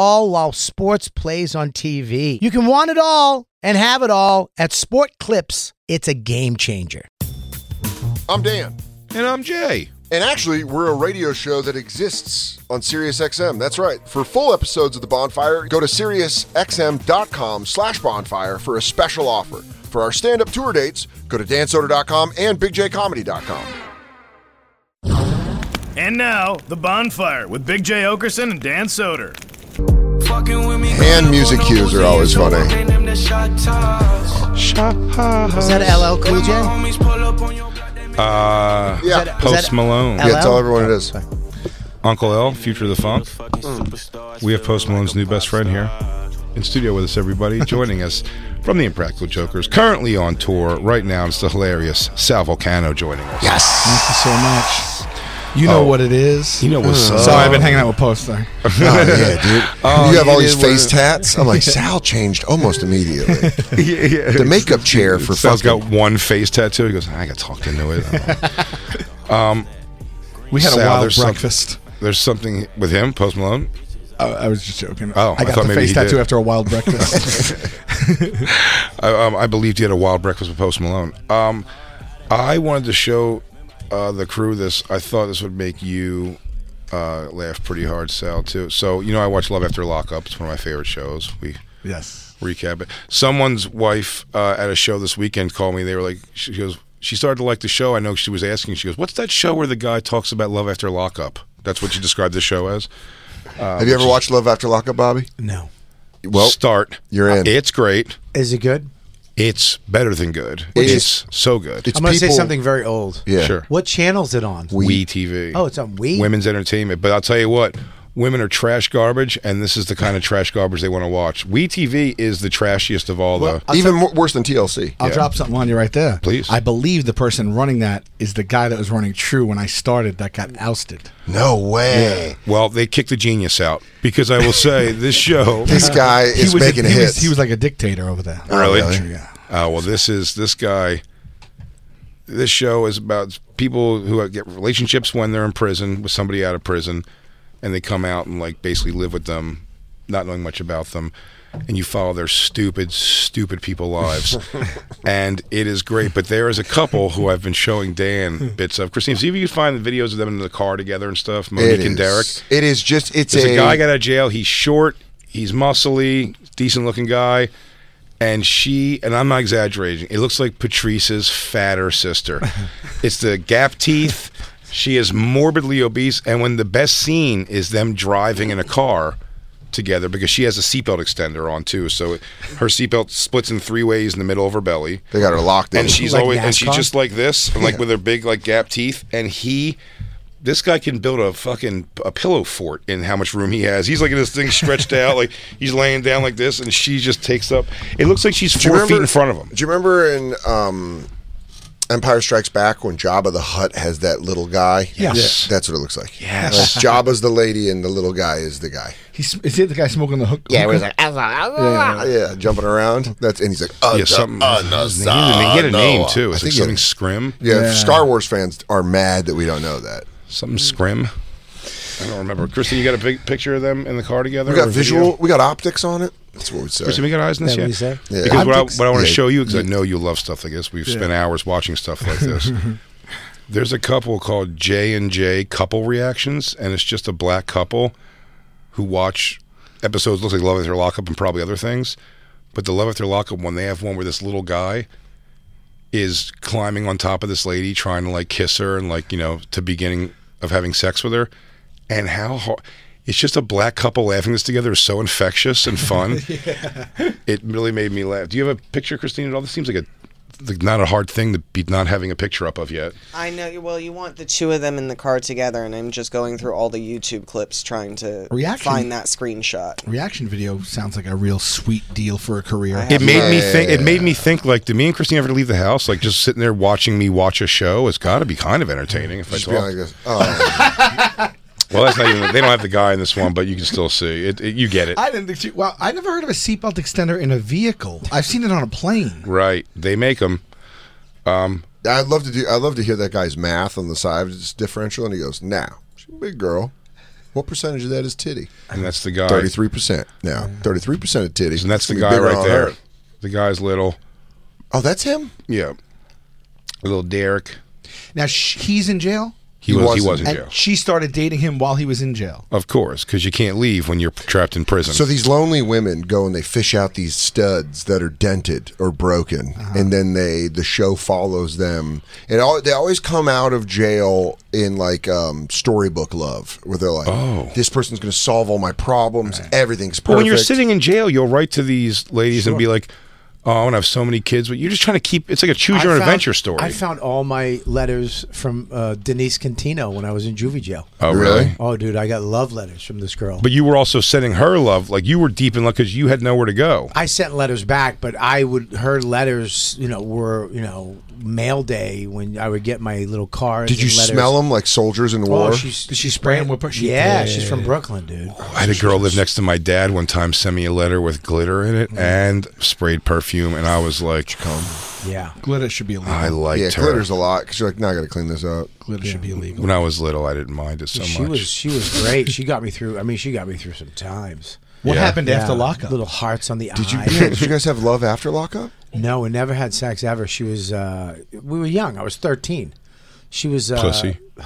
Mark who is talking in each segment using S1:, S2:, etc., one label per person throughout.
S1: all while sports plays on TV. You can want it all and have it all at Sport Clips. It's a game changer.
S2: I'm Dan.
S3: And I'm Jay.
S2: And actually, we're a radio show that exists on SiriusXM. That's right. For full episodes of The Bonfire, go to SiriusXM.com slash bonfire for a special offer. For our stand-up tour dates, go to dansoder.com and bigjcomedy.com.
S4: And now, The Bonfire with Big J. Okerson and Dan Soder.
S2: Hand music cues are always funny.
S1: Is that LL Cool J?
S3: Uh, yeah. That, Post Malone.
S2: Yeah, tell everyone it is.
S3: Uncle L, Future of the Funk. Mm. We have Post Malone's new best friend here in studio with us, everybody, joining us from the Impractical Jokers, currently on tour right now. It's the hilarious Sal Volcano joining us.
S1: Yes.
S5: Thank you so much. You know oh. what it is.
S3: You know what's up.
S5: So I've been hanging out with Poster.
S2: oh, yeah, dude. Oh, you have all these face tats. I'm like, Sal changed almost immediately. yeah, yeah. The makeup chair for
S3: Sal's fucking- got one face tattoo. He goes, I got talked into it. um,
S5: we had Sal, a wild breakfast.
S3: Some, there's something with him, Post Malone.
S5: Uh, I was just joking.
S3: Oh,
S5: I got I the face tattoo did. after a wild breakfast.
S3: I, um, I believed you had a wild breakfast with Post Malone. Um, I wanted to show uh, the crew this. I thought this would make you uh, laugh pretty hard, Sal, too. So you know, I watch Love After Lockup. It's one of my favorite shows. We
S5: yes
S3: recap it. Someone's wife uh, at a show this weekend called me. They were like, she goes, she started to like the show. I know she was asking. She goes, what's that show where the guy talks about Love After Lockup? That's what you described the show as.
S2: Have you ever watched Love After Lockup, Bobby?
S5: No.
S3: Well, start.
S2: You're in.
S3: It's great.
S1: Is it good?
S3: It's better than good. It it's is, so good. It's
S1: I'm going to say something very old.
S2: Yeah.
S3: Sure.
S1: What channel is it on?
S3: Wii TV.
S1: Oh, it's on Wii.
S3: Women's Entertainment. But I'll tell you what, women are trash garbage, and this is the kind of trash garbage they want to watch. Wii TV is the trashiest of all, well,
S2: though. Even more, worse than TLC.
S5: I'll yeah. drop something on you right there.
S3: Please.
S5: I believe the person running that is the guy that was running True when I started that got ousted.
S2: No way.
S3: Yeah. Well, they kicked the genius out because I will say this show.
S2: this guy is making
S5: a,
S2: hits.
S5: He was, he was like a dictator over there.
S3: Really? Oh, really? Yeah. Uh, well, this is this guy. This show is about people who get relationships when they're in prison with somebody out of prison, and they come out and like basically live with them, not knowing much about them, and you follow their stupid, stupid people lives, and it is great. But there is a couple who I've been showing Dan bits of. Christine, see if you can find the videos of them in the car together and stuff. Monique and Derek.
S2: It is just it's
S3: There's
S2: a,
S3: a guy got out of jail. He's short. He's muscly, decent looking guy and she and I'm not exaggerating. It looks like Patrice's fatter sister. it's the gap teeth. She is morbidly obese, and when the best scene is them driving in a car together because she has a seatbelt extender on too, so it, her seatbelt splits in three ways in the middle of her belly.
S2: They got her locked in,
S3: and she's
S2: like
S3: always NASCAR? and she's just like this, and like yeah. with her big like gap teeth, and he this guy can build a fucking a pillow fort in how much room he has. He's like in this thing stretched out, like he's laying down like this, and she just takes up. It looks like she's four remember, feet in front of him.
S2: Do you remember in um, Empire Strikes Back when Jabba the Hutt has that little guy?
S3: Yes, yes.
S2: that's what it looks like.
S3: Yes,
S2: like Jabba's the lady, and the little guy is the guy.
S5: He's is it the guy smoking the hook?
S1: Yeah,
S5: hook
S1: it was like "Ah." azza, azza.
S2: Yeah, yeah, jumping around. That's and he's like, uh,
S3: yeah, something. Uh, he had a name too. It's I think like something had, scrim.
S2: Yeah, yeah, Star Wars fans are mad that we don't know that.
S3: Something scrim. I don't remember. Kristen, you got a big picture of them in the car together?
S2: We got visual. Video? We got optics on it. That's what we say.
S3: Kristen, we got eyes in this.
S1: That
S3: yeah.
S1: Say?
S3: yeah. Because optics, what I, I want to yeah, show you, because yeah. I know you love stuff like this. We've yeah. spent hours watching stuff like this. There's a couple called J and J Couple Reactions, and it's just a black couple who watch episodes looks like Love After Lockup and probably other things, but the Love After Lockup one, they have one where this little guy is climbing on top of this lady, trying to like kiss her and like you know to beginning of having sex with her, and how hard. It's just a black couple laughing this together is so infectious and fun. It really made me laugh. Do you have a picture, Christine? At all? This seems like a like not a hard thing to be not having a picture up of yet.
S6: I know. Well, you want the two of them in the car together, and I'm just going through all the YouTube clips trying to
S5: Reaction.
S6: find that screenshot.
S5: Reaction video sounds like a real sweet deal for a career.
S3: It made me think. It made me think. Like, did me and Christine ever leave the house? Like, just sitting there watching me watch a show. It's got to be kind of entertaining. If I
S2: Just be like
S3: talk.
S2: this. Oh,
S3: Well, that's not even. They don't have the guy in this one, but you can still see it. it- you get it,
S5: I didn't think. She, well, I never heard of a seatbelt extender in a vehicle. I've seen it on a plane.
S3: right? They make them.
S2: I'd love to do. I'd love to hear that guy's math on the side of his differential, and he goes, "Now, she's a big girl. What percentage of that is titty?
S3: And that's the guy.
S2: Thirty-three percent. Now, thirty-three percent of titty.
S3: And that's the
S2: It's
S3: guy
S2: gonna be bigger
S3: right
S2: on
S3: there.
S2: her.
S3: The guy's little.
S2: Oh, that's him.
S3: Yeah. Little Derek.
S5: Now sh- he's in jail,
S3: He,
S2: He
S3: was.
S2: wasn't.
S3: He was in
S5: and
S3: jail.
S5: she started dating him while he was in jail.
S3: Of course, because you can't leave when you're trapped in prison.
S2: So these lonely women go and they fish out these studs that are dented or broken, and then they the show follows them. And all, they always come out of jail in like um, storybook love, where they're like, "Oh, this person's going to solve all my problems. Everything's perfect."
S3: Well, when you're sitting in jail, you'll write to these ladies and be like, "Oh, I want to have so many kids," but you're just trying to keep. It's like a choose
S7: I
S3: your own
S7: found-
S3: adventure story.
S7: I found all my letters from uh, Denise Cantino when I was in juvie jail.
S3: oh, really?
S7: Oh, dude, I got love letters from this girl.
S3: But you were also sending her love, like you were deep in love because you had nowhere to go.
S7: I sent letters back, but I would her letters, you know, were you know mail day when I would get my little cards.
S2: Did you
S7: and letters.
S2: smell them like soldiers in war?
S7: Oh, she's
S5: Did she spray him with per- she
S7: yeah,
S5: did.
S7: she's from Brooklyn, dude.
S2: Oh,
S3: I had a girl live next to my dad one time, send me a letter with glitter in
S7: Mm.
S3: it and sprayed perfume, and I was like,
S7: Yeah,
S5: Glitter should be illegal.
S3: I liked
S2: yeah,
S3: her.
S2: glitters a lot because you're like, "Now I got to clean this up."
S5: Glitter should be illegal.
S3: When I was little, I didn't mind it so
S7: she
S3: much.
S7: was she was great. she got me through. I mean, she got me through some times.
S5: What
S3: Yeah.
S5: happened after
S7: Yeah,
S5: lockup?
S7: little hearts on the
S2: Did you?
S7: eye.
S2: Yeah, did you guys have love after lockup?
S7: No, we never had sex ever. She was, uh, we were young. I was 13. She was, uh,
S3: Pussy.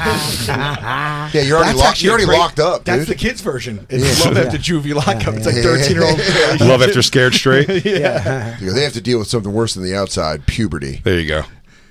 S7: Huh?
S2: Yeah, you're already locked.
S5: actually
S2: You're already
S5: a great-
S2: locked up.
S5: That's
S2: dude.
S5: the kids' version. It's love after juvie lockup. It's like
S2: yeah.
S5: thirteen year old.
S3: Love after scared straight.
S2: You know, they have to deal with something worse than the outside puberty.
S3: There you go.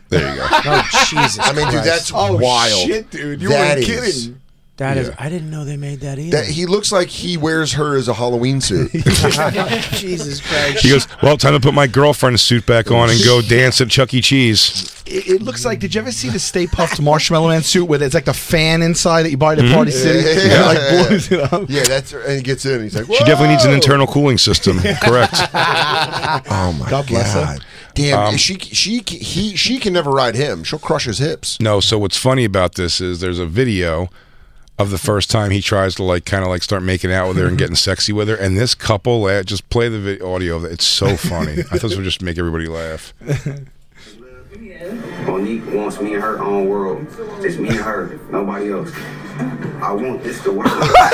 S3: There you go.
S7: oh, Jesus.
S2: I mean, dude,
S7: Christ.
S2: that's
S5: Oh
S2: wild.
S5: shit, dude! You
S2: That
S5: were
S2: is-
S5: kidding.
S7: That is- I didn't know they made that either.
S2: That he looks like he wears her as a Halloween suit.
S7: Jesus Christ.
S3: He goes, Well, time to put my girlfriend's suit back on and go dance at Chuck E. Cheese.
S5: It, it looks like. Did you ever see the Stay Puffed Marshmallow Man suit with it's like the fan inside that you buy at Party City?
S2: Mm-hmm. Yeah.
S5: Like blows it up.
S2: yeah, that's and he gets in. and He's like,
S3: She definitely needs an internal cooling system. Correct.
S2: Oh my
S5: God Um, bless her.
S2: God. Damn, she she he she can never ride him. She'll crush his hips.
S3: No, so what's funny about this is there's a video of the first time he tries to like kind of like start making out with her and getting sexy with her and this couple uh, just play the vi- audio of it. It's so funny. I thought this would just make everybody laugh.
S8: Monique wants me in her own world. It's me and her, nobody else. I want this to work.
S9: Wait, trying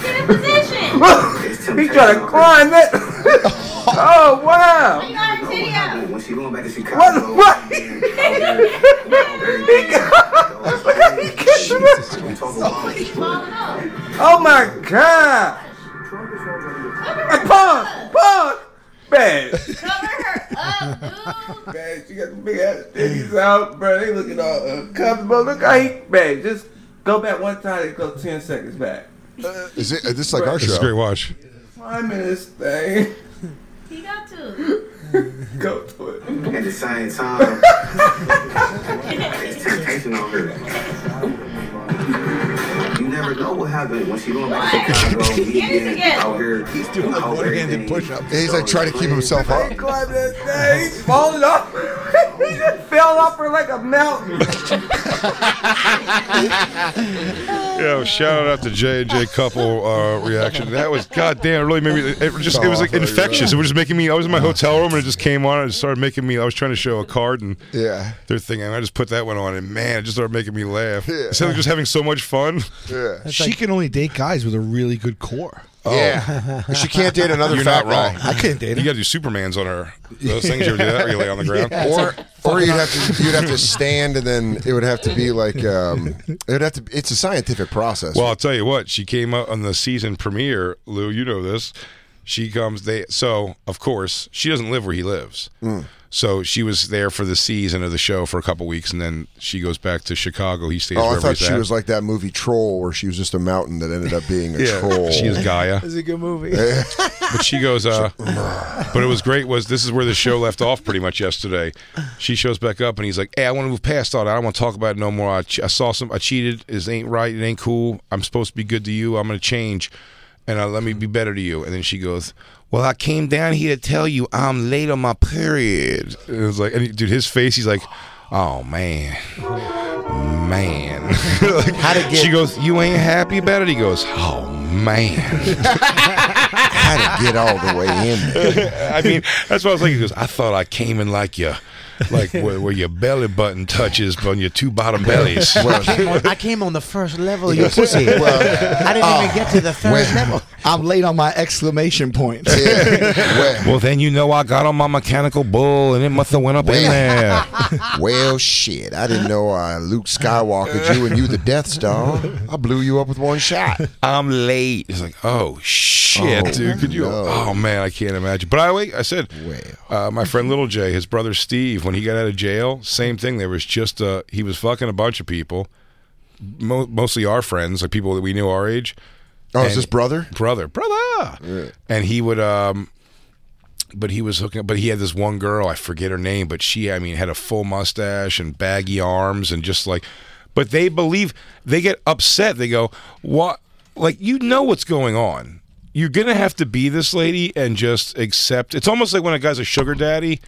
S9: to get in position. Why
S8: He's trying to climb it. oh wow!
S9: you got her titty out?
S8: When she going back to Chicago, what? what?
S9: Ball it up.
S8: oh my god! Pause! Pause! Bad.
S9: Cover her up, dude.
S8: Man, she got the big ass titties out, bro. They looking all uncomfortable. Look how he, man, just go back one time and go 10 seconds back.
S2: Is it? uh, This is like our
S3: This is a
S2: show.
S3: great watch.
S8: Five minutes thing.
S9: He got to.
S8: Go to it. At the same time, it's temptation on her. You never know what happened when she going back to Chicago.
S9: Get it
S8: He getting
S9: together.
S8: out here. He's doing
S5: like one-handed push-up.
S2: He's like trying to keep himself up.
S8: Climbed that thing. He's falling off. he just fell off her like a mountain.
S3: Yo, shout out to J and J couple uh, reaction. That was goddamn. It really made me. It just it was like infectious. It was just making me. I was in my hotel room and it just came on and it started making me. I was trying to show a card and
S2: Yeah.
S3: their thing and I just put that one on and man, it just started making me laugh. It sounded like just having so much fun.
S2: Yeah.
S5: She can only date guys with a really good core.
S2: Yeah, Oh. she can't date another
S3: You're
S2: fat
S3: not wrong.
S2: guy.
S5: couldn't date
S3: You got to do Supermans on her. Those things you ever do that where you lay on the ground.
S2: Or, or you'd have to you'd have to stand and then it would have to be like um, it would have to. It's a scientific process.
S3: Well, I'll tell you what, she came up on the season premiere, Lou, you know this. She comes they so of course, she doesn't live where he lives.
S2: Mm.
S3: So she was there for the season of the show for a couple weeks and then she goes back to Chicago. He stays
S2: oh, I
S3: wherever
S2: thought
S3: he's
S2: she
S3: at.
S2: was like that movie Troll, where she was just a mountain that ended up being a
S3: yeah,
S2: troll.
S3: she is Gaia.
S7: It's a good movie.
S3: But she goes, uh, but it was great. Was this is where the show left off pretty much yesterday? She shows back up and he's like, "Hey, I want to move past all that. I don't want to talk about it no more. I, che- I saw some. I cheated. It ain't right. It ain't cool. I'm supposed to be good to you. I'm gonna change, and uh, let me be better to you." And then she goes, "Well, I came down here to tell you I'm late on my period." And it was like, and dude, his face. He's like, "Oh man." Man, Like,
S1: How to get-
S3: she goes. You ain't happy about it. He goes. Oh man,
S2: Had to get all the way in. There.
S3: I mean, that's what I was thinking. He goes, I thought I came in like your, like where, where your belly button touches on your two bottom bellies.
S1: came on- I came on the first level of your pussy.
S2: Well,
S1: I didn't even get to the third
S2: Oh. when-
S1: level.
S5: I'm late on my exclamation point.
S2: Yeah.
S3: well, then you know I got on my mechanical bull, and it must have went up in there.
S2: Well, well, shit! I didn't know I Luke Skywalkered you and you the Death Star. I blew you up with one shot.
S3: I'm late. It's like, oh shit,
S2: Oh,
S3: dude. Could you?
S2: no.
S3: Oh man, I can't imagine. But I wait. I said, uh, my friend Little J, his brother Steve, when he got out of jail, same thing. There was just uh, he was fucking a bunch of people, mo- mostly our friends, like people that we knew our age.
S2: Oh, is
S3: And-
S2: this brother?
S3: brother, brother. And he would, um, but he was hooking up, but he had this one girl, I forget her name, but she, I mean, had a full mustache and baggy arms and just like, but they believe, they get upset. They go, what? Like, you know what's going on. You're going to have to be this lady and just accept. It's almost like when a guy's a sugar daddy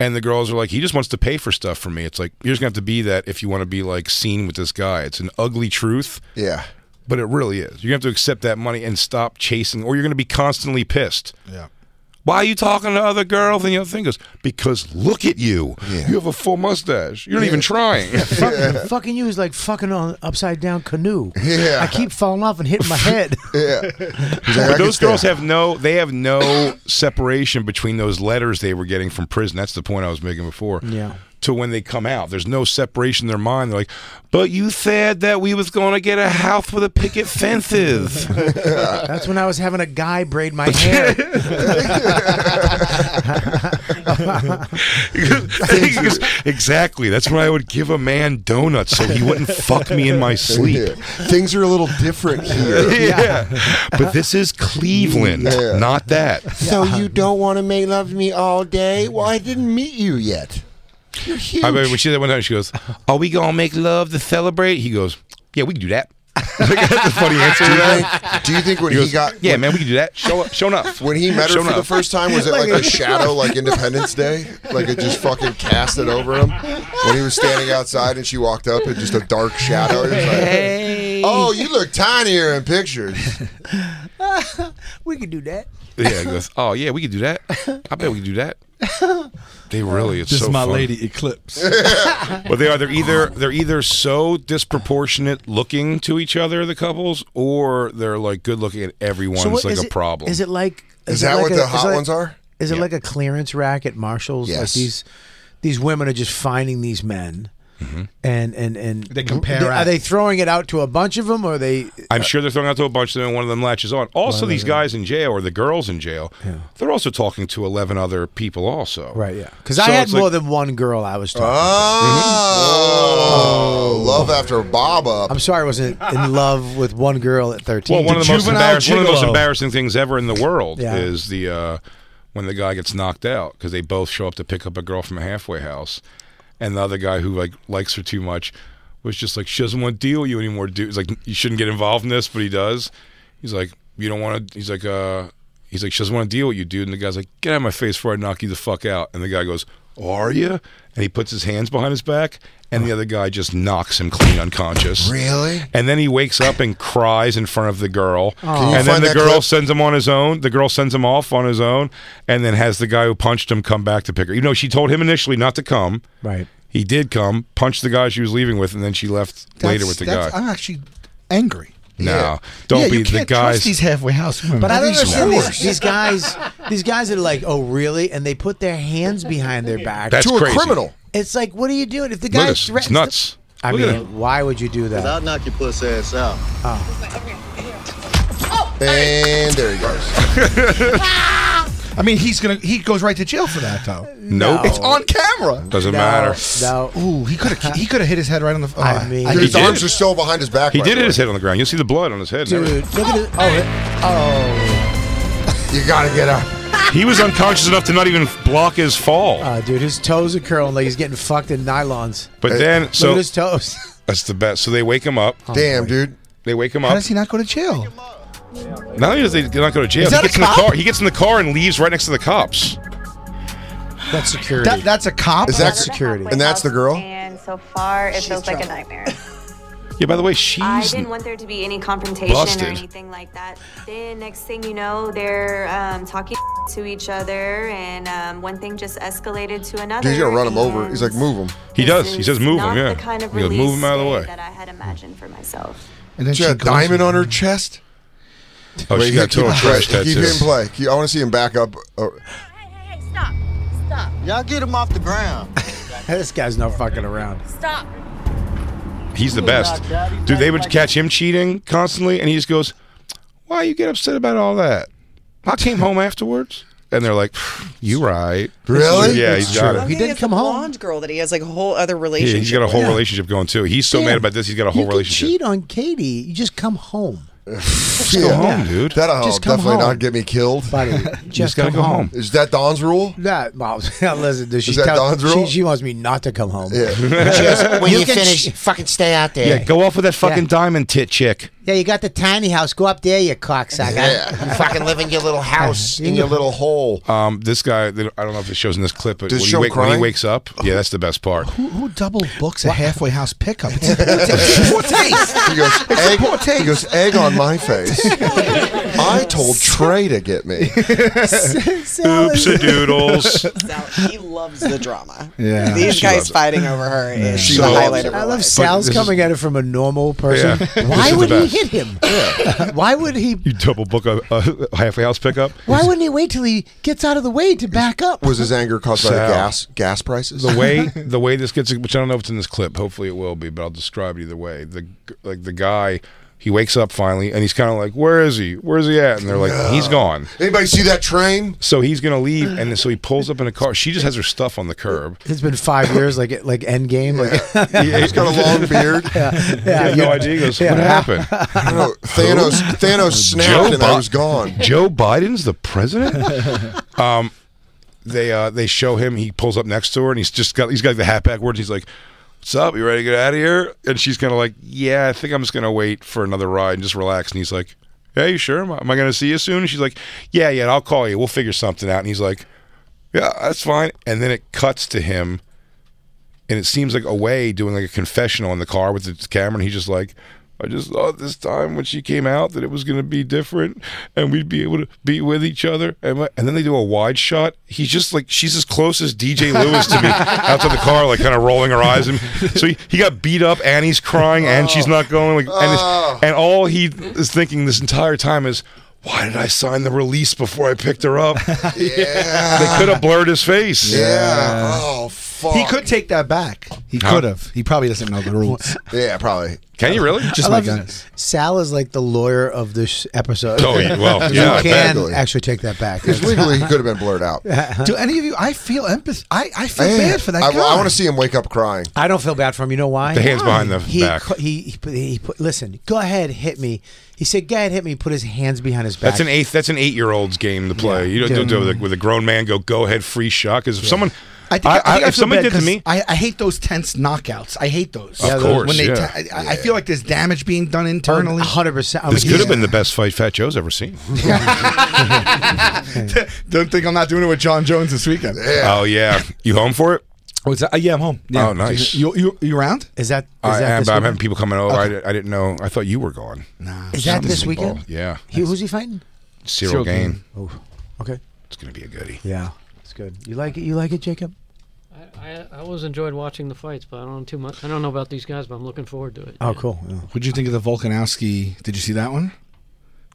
S3: and the girls are like, he just wants to pay for stuff from me. It's like, you're just going to have to be that if you want to be like seen with this guy. It's an ugly truth.
S2: Yeah.
S3: But it really is. You're gonna have to accept that money and stop chasing, or you're gonna be constantly pissed.
S5: Yeah.
S3: Why are you talking to other girls? And the other thing goes, because look at you.
S2: Yeah.
S3: You have a full mustache. You're not even trying.
S1: Fuck- Fucking you is like fucking on upside down canoe.
S2: Yeah.
S1: I keep falling off and hitting my head.
S2: Yeah. He's like, I
S3: but
S2: can
S3: those girls
S2: stand-
S3: have no. They have no separation between those letters they were getting from prison. That's the point I was making before.
S1: Yeah.
S3: To when they come out, there's no separation in their mind. They're like, "But you said that we was gonna get a house with a picket fences."
S1: That's when I was having a guy braid my hair.
S3: Because- exactly. That's when I would give a man donuts so he wouldn't fuck me in my sleep.
S2: Yeah. Things are a little different here.
S3: Yeah. But this is Cleveland,
S2: Yeah.
S3: not that.
S2: So you don't want to make love to me all day? Well, I didn't meet you yet. You're huge.
S3: I remember when she said that one time, she goes, Are we going to make love to celebrate? He goes, Yeah, we can do that. Like, that's a funny answer
S2: do,
S3: to
S2: you
S3: that.
S2: think, do you think when
S3: He
S2: he,
S3: goes,
S2: got
S3: Yeah, man, we can do that. Show up. Show enough.
S2: when he met her
S3: Show
S2: for the
S3: enough.
S2: first time was it like a shadow like Independence Day? Like it just fucking cast it over him when he was standing outside and she walked up and just a dark shadow. He was like, Oh, you look tinier in pictures.
S1: we could do that.
S3: Yeah, he goes, Oh, yeah, we can do that. I bet we can do that. They really, it's
S5: This
S3: so
S5: is my
S3: fun.
S5: lady Eclipse.
S3: But they are they're either they're either so disproportionate looking to each other, the couples, or they're like good looking at everyone. it's
S1: what-
S3: like
S1: is
S3: a
S1: it-
S3: problem.
S1: Is it like?
S2: Is
S1: it
S2: that
S1: like
S2: what
S1: a-
S2: the
S1: is
S2: hot
S1: like-
S2: ones are?
S1: Is it like a clearance rack at Marshalls? Like
S2: Yes.
S1: these these women are just finding these men,
S3: Mm-hmm.
S1: and and and
S5: They compare
S1: Are
S5: out.
S1: they throwing it out to a bunch of them, or are they?
S3: I'm sure they're throwing out to a bunch of them, and one of them latches on. Also, these guys in jail or the girls in jail, they're also talking to 11 other people, also.
S1: Right, yeah. Because
S3: So
S1: I had
S3: it's like-
S1: more than one girl I was talking. to.
S7: Mm-hmm.
S2: Oh, love after Bob up.
S1: I'm sorry, I wasn't in love with one girl at 13.
S3: Well, one of, the most
S5: juvenile
S3: embarrassing, one of the most
S5: gigolo.
S3: embarrassing things ever in the world
S1: Yeah.
S3: is the uh, when the guy gets knocked out because they both show up to pick up a girl from a halfway house, and the other guy who like likes her too much was just like she doesn't want to deal with you anymore, dude. He's like you shouldn't get involved in this, but he does. He's like you don't want to. He's like uh, he's like she doesn't want to deal with you, dude. And the guy's like get out of my face before I knock you the fuck out. And the guy goes. Are you? And he puts his hands behind his back, and the other guy just knocks him clean unconscious.
S2: Really?
S3: And then he wakes up and cries in front of the girl.
S2: you
S3: And then
S2: find
S3: the
S2: that
S3: girl
S2: clip?
S3: sends him on his own. The girl sends him off on his own and then has the guy who punched him come back to pick her. You know, she told him initially not to come.
S1: Right.
S3: He did come, punched the guy she was leaving with, and then she left later with the guy.
S5: I'm actually angry.
S3: No,
S5: Yeah.
S3: don't
S5: Yeah,
S3: be
S5: you
S3: the
S5: can't
S3: guys-
S5: Trust these halfway house women.
S7: But I
S5: They're
S7: don't
S5: the
S7: understand these,
S5: worst.
S7: these guys. These guys are like, "Oh, really?" and they put their hands behind their back.
S3: That's
S2: to a
S3: crazy.
S2: criminal.
S7: it's like, what are you doing? If the guy
S3: Lucas,
S7: threatens,
S3: it's nuts.
S7: I
S3: Look at him.
S7: mean, why would you do that?
S10: knock your puss ass out.
S2: And there he goes.
S5: I mean, he's gonna. He goes right to jail for that, though.
S3: nope.
S5: It's on camera.
S3: Doesn't
S7: no,
S3: matter. Uh,
S7: No,
S5: Ooh, he could have. He could have hit his head right on the. uh,
S7: I mean-
S2: Dude,
S3: He
S2: his
S3: did.
S2: arms are still behind his back.
S3: He
S2: by
S3: did
S2: the
S3: hit
S2: way.
S3: his head on the ground. You'll see the blood on his head. and
S7: dude,
S3: everything.
S7: look at it. Oh, it- oh,
S2: You gotta get up.
S3: He was unconscious enough to not even block his fall.
S7: uh, dude, his toes are curling like he's getting fucked in nylons.
S2: uh,
S3: but then,
S7: look at
S3: so
S7: his toes.
S3: that's the best. So they wake him up.
S2: Damn, dude.
S3: They wake him
S5: How
S3: up.
S5: does he not go to jail?
S3: Not only does they not go to jail,
S5: Is
S3: he
S5: that a
S3: gets in the
S5: cop?
S3: car. He gets in the car and leaves right next to the cops.
S7: That's security.
S5: That, that's a cop.
S2: Is that
S7: security.
S2: And that's the girl.
S9: And so far, it feels like a nightmare.
S3: Yeah. By the way, she's
S9: want there to be any confrontation
S3: Busted.
S9: like that. Then next thing you know, they're um, talking to each other, and um, one thing just escalated to another.
S2: Dude, you gotta run him over.
S9: and
S2: He's like, move him.
S3: He
S9: this
S3: does. He
S9: is
S3: says, "Move
S9: not
S3: him." Yeah.
S9: the kind of
S3: he goes, "Move him out of the
S9: release day
S3: way."
S9: That I had imagined for myself.
S5: and then
S2: She had a
S5: goes-
S2: diamond on her chest.
S3: Oh, she got total trash
S2: Keep
S3: tattoo.
S2: him play. Keep- I want to see him back up. Uh,
S9: Hey, hey, hey! Stop! Stop!
S10: Y'all get him off the ground.
S7: this guy's not fucking around.
S9: Stop!
S3: He's the best. Dude, they would catch him cheating constantly, and he just goes, "Why you get upset about all that?" I came home afterwards, and they're like, "You right?
S2: Really?
S3: Yeah,
S2: It's
S3: he's got
S7: true.
S3: it.
S7: He didn't come home.
S6: Blonde girl that he has like a whole other
S3: Yeah,
S6: relationship.
S3: he's got a
S6: with.
S3: whole relationship going too. He's so mad about this, he's got a whole
S7: you could
S3: relationship.
S7: cheat on Katie. You just come home,
S3: Just go home, dude.
S2: That'll
S7: Just come
S2: definitely
S7: home.
S2: not get me killed.
S7: buddy.
S3: you
S7: Just
S3: just gotta
S7: come
S3: go home.
S2: Is that Don's rule?
S7: That well, listen, does she
S2: Is that
S7: tell-
S2: Don's rule?
S7: She, she wants me not to come home.
S2: Yeah.
S1: when you, finish, fucking stay out there.
S3: Yeah, go off with that fucking
S7: Yeah.
S3: diamond tit chick.
S7: Yeah, you got the tiny house. Go up there, you cocksucker.
S2: Yeah.
S1: You fucking live in your little house
S2: In your little hole.
S3: Um, this guy, they don't- I don't know if it shows in this clip, but
S2: Does
S3: when
S2: it
S3: he,
S2: show him
S3: wake, when he
S2: crying?
S3: wakes up, yeah, that's the best part.
S5: Who, who double books a halfway house pickup? It's, it's a poor taste.
S2: He goes, egg, he goes, egg on my face. I told Trey to get me.
S3: Oops a doodles.
S6: Sal- he loves the drama.
S5: Yeah.
S6: These
S3: She loves
S6: guys
S3: it.
S6: fighting over her is
S2: She
S6: the
S2: loves
S6: highlight
S2: it.
S6: of her
S7: I love
S6: life.
S7: Sal's
S3: this is-
S7: coming at it from a normal person.
S3: Yeah. This
S7: Why
S3: is the
S7: would he
S3: best.
S7: hit him? Why would he?
S3: You double book a, a halfway house pickup.
S7: Why wouldn't he wait till he gets out of the way to back up?
S2: Was his anger caused by the
S3: Sal.
S2: gas gas prices?
S3: the way the way this gets which I don't know if it's in this clip. Hopefully it will be, but I'll describe it either way. The like the guy he wakes up finally and he's kind of like, "Where is he? Where's he at?" And they're like, "He's gone."
S2: Anybody see that train?
S3: So he's gonna leave, and then, so he pulls up in a car. She just has her stuff on the curb.
S7: It's been five years, like like Endgame. Like,
S2: He's got a long beard.
S3: He
S7: yeah,
S3: had
S7: you-
S3: no idea. He goes, "What happened?"
S2: I don't know. Thanos, Thanos snapped
S3: Joe
S2: and I
S3: Bi-
S2: was gone.
S3: Joe Biden's the president. um, they uh, they show him. He pulls up next to her, and he's just got he's got the hat backwards. He's like, "What's up? You ready to get out of here?" And she's kind of like, "Yeah, I think I'm just gonna wait for another ride and just relax." And he's like, "Yeah, you sure? Am I, am I gonna see you soon?" And she's like, "Yeah, yeah, I'll call you. We'll figure something out." And he's like, "Yeah, that's fine." And then it cuts to him. And it seems like a way doing like a confessional in the car with the camera, and he's just like, I just thought this time when she came out that it was going to be different and we'd be able to be with each other. And, my- and then they do a wide shot. He's just like, she's as close as DJ Lewis to me outside the car, like kind of rolling her eyes. And so he, he got beat up and he's crying and
S2: Oh.
S3: she's not going. Like, and, it's, and all he is thinking this entire time is, why did I sign the release before I picked her up?
S2: Yeah.
S3: They could have blurred his face.
S2: Yeah. Oh, fuck.
S5: He could take that back. He
S3: Huh?
S5: could have. He probably doesn't know the rules.
S2: Yeah, probably.
S3: Can you really? Just
S5: Just like us.
S7: Sal is like the lawyer of this episode.
S3: Oh, yeah, well,
S7: you
S3: yeah, I
S7: can
S2: bet.
S7: actually take that back.
S2: Because legally, he could have been blurred out.
S5: Do any of you? I feel empathy. I, I feel bad for that
S2: I,
S5: guy.
S2: want to see him wake up crying.
S7: I don't feel bad for him. You know why?
S3: The hands behind the
S7: he,
S3: back.
S7: cu- He, he, put- he put, listen, go ahead, hit me. He said, go ahead, hit me. He put his hands behind his back.
S3: That's an eighth. That's an eight-year-old's game to play. you don't,
S7: Yeah.
S3: don't do it with a, with a grown man. Go go ahead, free shot. Because if someone, I,
S5: think-
S3: I-
S5: think
S3: if
S5: feel
S3: somebody
S5: bad
S3: did to
S5: 'cause
S3: me,
S5: I, I hate those tense knockouts. I hate those.
S3: Of Yeah, those- course,
S5: When they
S3: yeah.
S5: ta- I- I, I feel like there's damage being done internally.
S7: 100%. I mean,
S3: this could
S7: he's-
S3: have been the best fight Fat Joe's ever seen.
S5: Don't think I'm not doing it with John Jones this weekend.
S3: Oh yeah, you home for it?
S5: What's that? Uh, yeah, I'm home. Yeah.
S3: Oh, nice.
S5: You you, you around?
S7: Is that, is
S3: I
S7: that
S3: am,
S7: this
S3: but I'm
S7: weekend?
S3: having people coming over. I, di- I didn't know. I thought you were gone.
S5: Nah.
S7: Is that this
S3: Some
S7: weekend?
S3: ball. Yeah,
S7: He, who's he fighting?
S3: Cyril
S5: Cyril
S3: Gain.
S7: Oh, okay.
S3: It's gonna be a goodie.
S7: Yeah, it's good. You like it? You like it, Jacob?
S11: I, I always enjoyed watching the fights, but I don't know too much. I don't know about these guys, but I'm looking forward to it.
S5: Oh, cool. What'd you think of the Volkanowski? Did you see that one?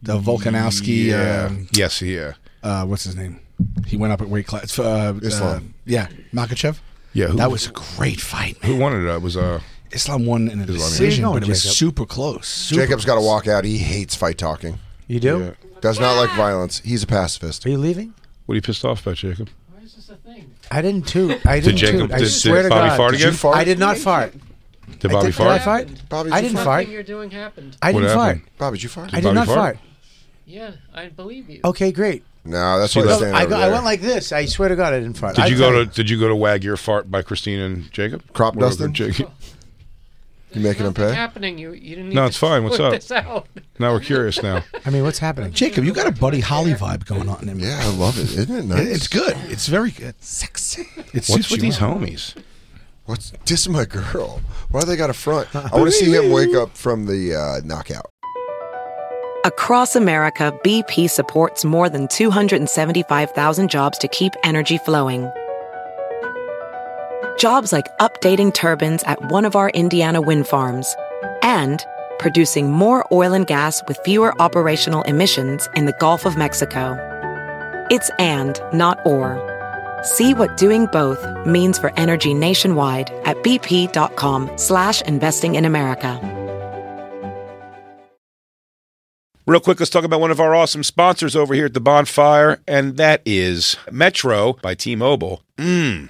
S5: The Volkanowski.
S3: Yeah.
S5: um,
S3: yes, yeah.
S5: Uh, what's his name? He went up at weight class. Uh,
S3: Islam.
S5: uh, yeah, Makachev.
S3: Yeah, who-
S5: that was a great fight.
S3: Who won it? Uh, It was uh,
S5: Islam won in a
S3: Islam, yeah.
S5: decision,
S3: Where you
S5: but
S3: going,
S5: it was
S3: Jacob?
S5: super close. Super
S2: Jacob's got to
S5: close.
S2: walk out. He hates fight talking.
S7: You do?
S2: Does not like violence. He's a pacifist. Are
S7: you leaving?
S3: What are you pissed off about, Jacob?
S7: I didn't toot. I didn't
S3: Did Jacob-
S7: toot. I
S3: did-
S7: swear
S3: did
S7: to
S3: Bobby
S7: God.
S3: fart Did you again? fart?
S7: I did not fart.
S3: Did Bobby
S7: I did,
S3: fart?
S7: Did I fart?
S2: Bobby,
S7: I didn't fart.
S11: Something you're doing happened.
S7: I didn't
S3: What
S7: fart.
S3: happened?
S2: Bobby, did you fart?
S7: I did not fart.
S11: Yeah, I believe you.
S7: Okay, great.
S2: No, that's
S3: She
S2: why he's
S3: left.
S2: standing
S7: I,
S2: over
S7: go, I
S2: there.
S7: went like this. I swear to God, I didn't fart.
S3: Did
S7: I
S3: you
S7: tell
S3: go to Did you go to Wag Your Fart by Christine and Jacob?
S2: Crop
S3: Or- or
S2: dusting?
S3: Jacob?
S2: You making him
S11: What's
S2: pay?
S11: happening? You, you didn't.
S3: No,
S11: even
S3: it's fine. What's
S11: sort
S3: up?
S11: This out.
S3: Now we're curious. Now
S7: I mean, what's happening?
S5: Jacob, you got a Buddy Holly vibe going on. In yeah,
S2: I love it. Isn't it nice?
S5: It's good. It's very good. Sexy. It
S3: What's
S5: suits
S3: with
S5: you
S3: these
S5: well.
S3: homies?
S2: What's dissing my girl? Why they got a front? I want to see him wake up from the uh, knockout.
S12: Across America, BP supports more than 275,000 jobs to keep energy flowing. Jobs like updating turbines at one of our Indiana wind farms and producing more oil and gas with fewer operational emissions in the Gulf of Mexico. It's and, not or. See what doing both means for energy nationwide at bp.com slash investing in America.
S3: Real quick, let's talk about one of our awesome sponsors over here at the bonfire, and that is Metro by T Mobile. Mmm.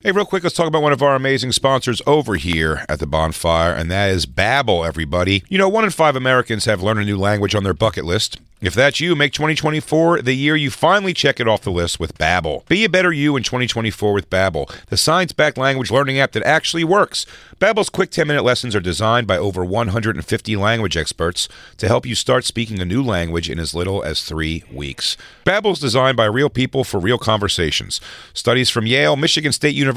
S3: Hey, real quick, let's talk about one of our amazing sponsors over here at the bonfire, and that is Babbel, everybody. You know, one in five Americans have learned a new language on their bucket list, If that's you, make 2024 the year you finally check it off the list with Babbel. Be a better you in 2024 with Babbel, the science-backed language learning app that actually works. Babbel's quick 10-minute lessons are designed by over 150 language experts to help you start speaking a new language in as little as 3 weeks. Babbel's designed by real people for real conversations. Studies from Yale, Michigan State University,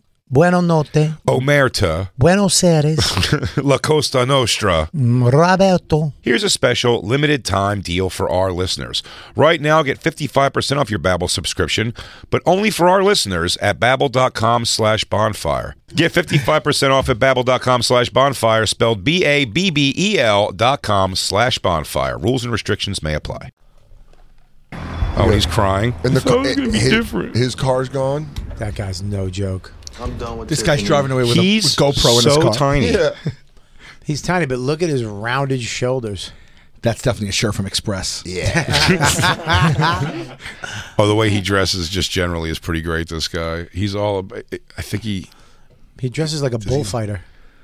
S7: Buenos notte.
S3: Omerta.
S7: Buenos Aires.
S3: La Costa Nostra.
S7: Mm, Roberto.
S3: Here's a special limited time deal for our listeners. Right now, get 55% off your Babbel subscription, but only for our listeners at babbel.com slash bonfire. Get 55% off at babbel.com slash bonfire, spelled B-A-B-B-E-L E dot com slash bonfire. Rules and restrictions may apply. Oh, he's crying.
S2: And the
S3: I thought it was gonna be
S2: his,
S3: different.
S2: his car's gone.
S7: That guy's no joke.
S11: I'm done with
S5: This guy's
S11: Tiffany.
S5: driving away with
S3: He's
S5: a with GoPro in his
S3: so
S5: car.
S3: tiny.
S2: Yeah.
S7: He's tiny, but look at his rounded shoulders.
S5: That's definitely a shirt from Express.
S3: Oh, the way he dresses just generally is pretty great. This guy, he's all. ab- I think he
S7: He dresses like a bullfighter.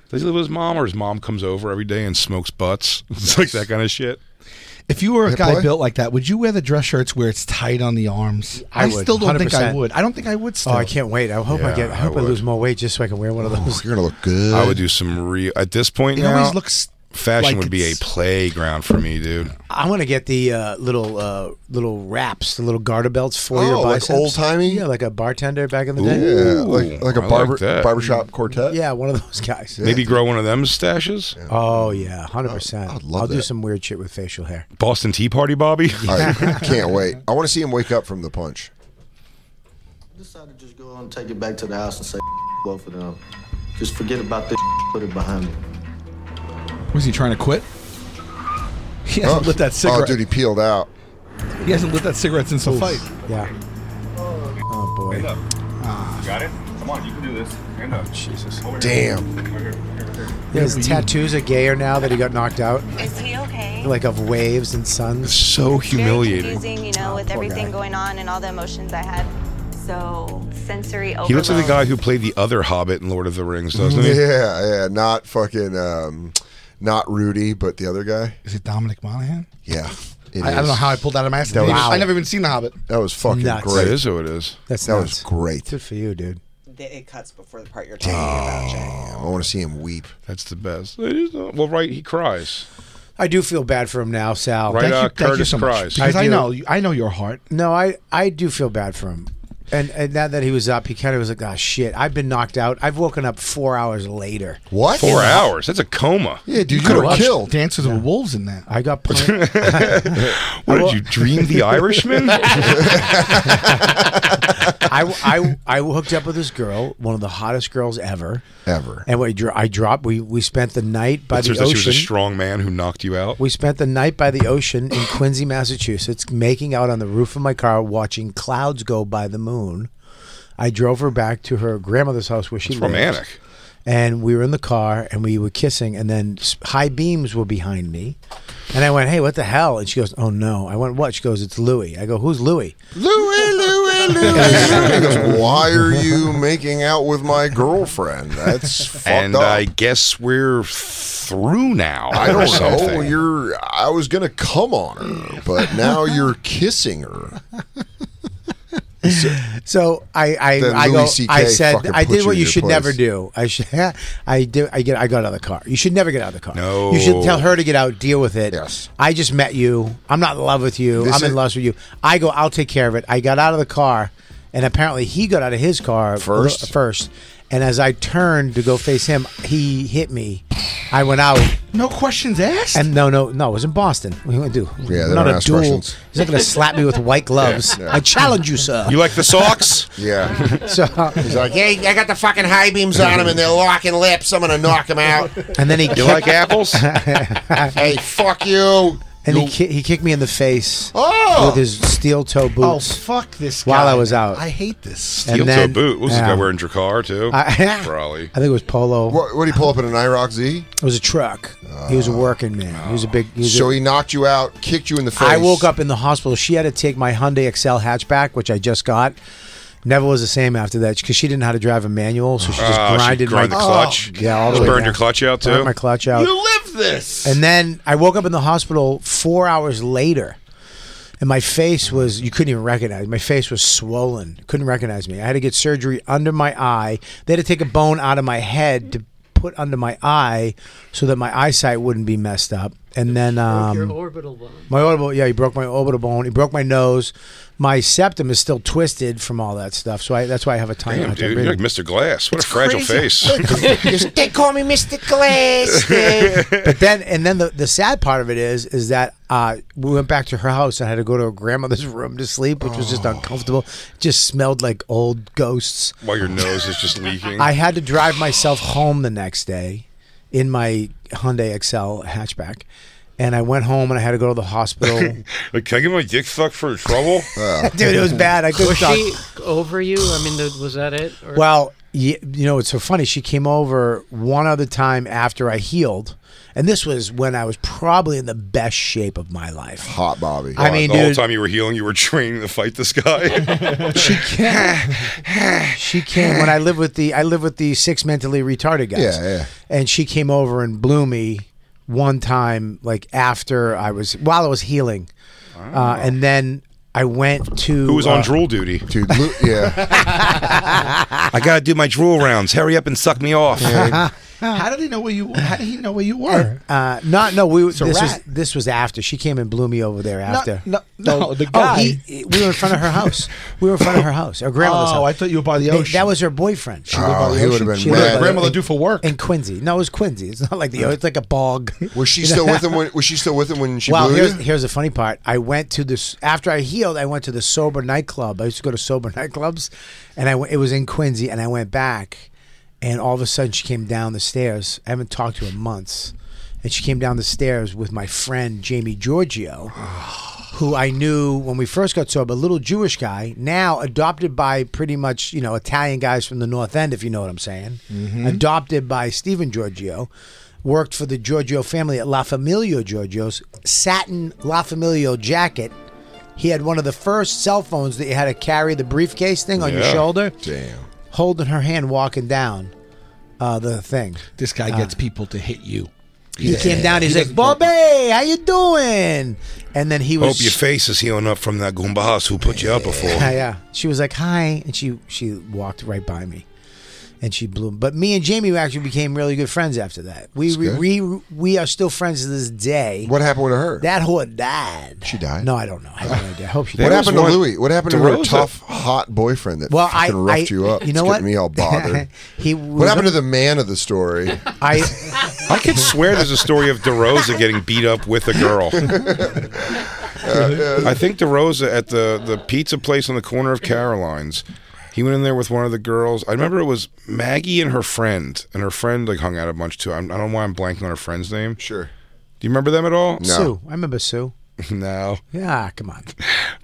S3: does he live with his mom, or his mom comes over every day and smokes butts. It's like that kind of shit.
S5: If you were a
S2: Hit
S5: guy
S2: boy?
S5: built like that, would you wear the dress shirts where it's tight on the arms?
S7: I would,
S5: still don't think I
S7: 100%.
S5: would. I don't think I would. Still.
S7: Oh, I can't wait. I hope I
S3: Yeah,
S7: get. I hope
S3: I
S7: I, lose
S3: would.
S7: more weight just so I can wear one of those.
S2: Oh, You're gonna look good.
S3: I would do some real. At this point
S5: Uh, It
S3: now,
S5: always looks
S3: fashion
S5: like
S3: would be a
S5: it's-
S3: playground for me, dude.
S7: I want to get the uh, little uh, little wraps, the little garter belts for your
S2: Oh, like
S7: biceps.
S2: old-timey?
S7: Yeah, like a bartender back in the day.
S2: Yeah,
S3: Ooh,
S2: like like a
S3: I like
S2: barber
S3: that.
S2: barbershop quartet.
S7: Yeah, one of those guys.
S3: Maybe grow one of them stashes.
S7: Oh yeah, hundred percent.
S2: I would love
S7: I'll do
S2: that.
S7: some weird shit with facial hair.
S3: Boston Tea Party, Bobby.
S2: I can't wait. I want to see him wake up from the punch.
S11: decided to just go and take it back to the house and say both of them. Just forget about this. Put it behind me.
S5: Was he trying to quit? He hasn't lit that
S2: Oh,
S5: cigarette.
S2: dude, he peeled out.
S5: he hasn't lit that cigarette since the
S7: Oof.
S5: fight.
S7: Yeah. Oh boy.
S5: Ah.
S13: Got it? Come on, you can do this. Hand up. Jesus.
S2: Damn.
S7: Yeah, his tattoos are gayer now that he got knocked out,
S14: Is he okay?
S7: like of waves and
S3: It's
S7: suns.
S3: so
S14: Very
S3: humiliating.
S14: confusing, you know, with everything
S7: guy.
S14: going on and all the emotions I had. So sensory overload.
S3: He looks like the guy who played the other Hobbit in Lord of the Rings,
S5: Mm-hmm.
S3: doesn't he?
S2: Yeah, yeah. Not fucking, um, not Rudy, but the other guy.
S5: Is it Dominic Monaghan?
S2: Yeah. it
S5: I, I don't
S2: is.
S5: know how I pulled that out of my ass.
S2: That was-
S5: I never even seen The Hobbit.
S2: That was fucking
S7: Nuts.
S3: That
S2: great.
S3: is who it is.
S7: That's
S2: that
S7: nuts.
S2: was great.
S7: Good for you, dude.
S15: It cuts before the part
S7: Oh.
S15: you're talking about, Jay.
S2: Damn, I want to see him weep.
S3: That's the best. It is- Well, right, he cries.
S7: I do feel bad for him now, Sal.
S3: Right,
S5: Thank you,
S3: uh,
S5: thank you
S3: Curtis
S5: so much.
S3: Christ.
S5: Because
S7: I
S5: I,
S7: do.
S5: know, you- I know your heart.
S7: No, I I do feel bad for him. And, and now that he was up, he kind of was like, "Ah, shit! I've been knocked out. I've woken up four hours later.
S2: What?
S3: Four hours. That's a coma.
S2: Yeah, dude, you
S5: Could've
S2: were
S5: watched
S2: killed.
S5: Dances with Wolves in that.
S7: I got plenty.
S3: What did you dream, the Irishman?
S7: I, I, I hooked up with this girl, one of the hottest girls ever.
S2: Ever.
S7: And we, dro- I dropped. We we spent the night by
S3: It turns
S7: the
S3: out she was a
S7: ocean.
S3: strong man who knocked you out.
S7: we spent the night by the ocean in Quincy, Massachusetts, making out on the roof of my car, watching clouds go by the moon. I drove her back to her grandmother's house where she
S3: It's
S7: lives.
S3: romantic.
S7: and we were in the car and we were kissing and then s- high beams were behind me and i went hey what the hell and she goes oh no i went what she goes it's louie i go who's louie
S2: Louie, Louie, Louie. he goes, Why are you making out with my girlfriend? That's fucked
S3: And
S2: up.
S3: I guess we're through now.
S2: I
S3: or
S2: don't know.
S3: something.
S2: You're. I was gonna come on her, but now you're kissing her.
S7: so i i
S2: Then
S7: i,
S2: Louis
S7: go,
S2: C.K.
S7: I said
S2: fucking
S7: i
S2: put
S7: did
S2: you
S7: what
S2: in
S7: you
S2: your
S7: should never
S2: place.
S7: do i should i did i get i got out of the car you should never get out of the car
S3: No.
S7: you should tell her to get out deal with it
S2: Yes.
S7: i just met you i'm not in love with you
S2: This
S7: i'm in
S2: is-
S7: love with you i go i'll take care of it i got out of the car and apparently he got out of his car a little-
S2: First?
S7: first and as i turned to go face him he hit me i went out
S5: No questions asked.
S7: And no, no, no, it was in Boston. What are you gonna do?
S2: Yeah, they
S7: not
S2: don't
S7: a
S2: ask
S7: duel.
S2: questions.
S7: He's not gonna slap me with white gloves. I challenge you, sir.
S3: You like the socks?
S2: Yeah.
S7: so,
S2: He's like, hey, I got the fucking high beams on him, and they're locking lips. I'm gonna knock him out.
S7: and then he
S3: You
S7: kicked,
S3: like apples?
S2: hey, fuck you.
S7: And he, ki- he kicked me in the face
S5: Oh!
S7: with his steel toe boots.
S5: Oh, fuck this guy.
S7: While I was out.
S5: I hate this.
S7: And
S3: Steel
S7: then-
S3: toe boot. What was this
S7: yeah.
S3: guy wearing? Dracar too.
S7: I-
S3: Probably.
S7: I think it was Polo.
S2: What, what did he pull up in an IROC Z?
S7: It was a truck. he was a
S3: Ah.
S7: working man. He was a big. He was
S2: So
S7: a,
S2: he knocked you out, kicked you in the face.
S7: I woke up in the hospital. She had to take my Hyundai Excel hatchback, which I just got. Never was the same after that because she didn't know how to drive a manual, so she just
S3: Ah, she
S7: grinded
S3: grind
S7: my
S3: the clutch?
S7: Oh, yeah, all the
S3: Just
S7: way
S3: burned
S7: down.
S3: your clutch out, too?
S7: Burned my clutch out.
S5: live this.
S7: And then I woke up in the hospital four hours later, and my face was, you couldn't even recognize My face was swollen. Couldn't recognize me. I had to get surgery under my eye. They had to take a bone out of my head to put under my eye so that my eyesight wouldn't be messed up. And then. Um,
S16: your orbital bone.
S7: my orbital, yeah, he broke my orbital bone. He broke my nose. My septum is still twisted from all that stuff. So I, that's why I have a time.
S3: Damn,
S7: hard time
S3: dude, you're
S7: breathing.
S3: like Mr. Glass. What a fragile face.
S7: they call me Mr. Glass. but then, and then the, the sad part of it is, is that uh, we went back to her house and I had to go to her grandmother's room to sleep, which was just uncomfortable. Just smelled like old ghosts.
S3: While your nose is just leaking.
S7: I had to drive myself home the next day in my Hyundai Excel hatchback. And I went home and I had to go to the hospital.
S3: like, can I get my dick sucked for trouble?
S7: Dude, it was bad. I couldn't
S16: Was
S7: talk.
S16: she over you? I mean, th- was that it? Or-
S7: Well, you, you know, it's so funny. She came over one other time after I healed, and this was when I was probably in the best shape of my life.
S2: Hot Bobby.
S7: I mean,
S3: the whole
S7: dude,
S3: time you were healing, you were training to fight this guy.
S7: she came. she came when I lived with the I lived with the six mentally retarded guys.
S2: Yeah, yeah.
S7: And she came over and blew me one time, like after I was while I was healing, uh, and then I went to
S3: Who was on
S7: uh,
S3: drool duty?
S2: Dude, Lu- yeah.
S3: I gotta do my drool rounds. Hurry up and suck me off.
S5: How did he know where you? How did he know where you were?
S7: Uh, not no. We
S5: a
S7: this was
S5: rat.
S7: this was after she came and blew me over there after.
S5: no, no, the
S7: Oh,
S5: guy.
S7: he, he- we were in front of her house. We were in front of her house, her grandmother's
S5: Oh,
S7: house.
S5: I thought you were by the
S7: They-
S5: ocean.
S7: That was her boyfriend. She
S2: lived by Oh, the he would've ocean? been
S7: She
S2: mad.
S7: lived by the-
S5: Grandmother
S7: in-
S5: do for work.
S7: in Quincy. No, it was Quincy. It's not like the it's like a bog.
S2: Was she still with him? When, was she still with him when she
S7: well,
S2: blew
S7: here's,
S2: you?
S7: here's the funny part. I went to this after I healed. I went to the sober nightclub. I used to go to sober nightclubs, and I went- it was in Quincy, and I went back, and all of a sudden she came down the stairs. I haven't talked to her in months, and she came down the stairs with my friend Jamie Giorgio, who I knew when we first got sober, a little Jewish guy, now adopted by pretty much you know Italian guys from the North End, if you know what I'm saying, adopted by Stephen Giorgio worked for the Giorgio family at La Familia Giorgio's, satin La Familia jacket. He had one of the first cell phones that you had to carry the briefcase thing on your
S3: Yeah.
S7: shoulder,
S2: Damn.
S7: holding her hand walking down uh, the thing.
S5: This guy gets
S7: Ah.
S5: people to hit you.
S7: He came down. He's
S5: He
S7: like, "Bobby, how you doing?" And then he was
S3: Hope your face is healing up from that Goombas who put you up before.
S7: Yeah, yeah. She was like, "Hi," and she she walked right by me, and she blew. But me and Jamie actually became really good friends after that. We
S2: That's good.
S7: we, we we are still friends to this day.
S2: What happened with her?
S7: That whore died.
S2: She died?
S7: No, I don't know. I have no idea. I hope she
S2: what
S7: died.
S2: happened to
S3: one-
S2: Louis? What happened to her
S3: DeRosa.
S2: tough, hot boyfriend that
S7: Well, I,
S2: fucking roughed
S7: I-
S2: you up?
S7: You know
S2: It's
S7: what?
S2: getting me all bothered.
S7: he
S2: what happened to the man of the story?
S7: I
S3: I could swear there's a story of DeRosa getting beat up with a girl. I think DeRosa at the, the pizza place on the corner of Caroline's, he went in there with one of the girls. I remember it was Maggie and her friend, and her friend like hung out a bunch too. I'm, I don't know why I'm blanking on her friend's name.
S2: Sure.
S3: Do you remember them at all?
S7: Sue? I remember Sue.
S3: no.
S7: Yeah, come on.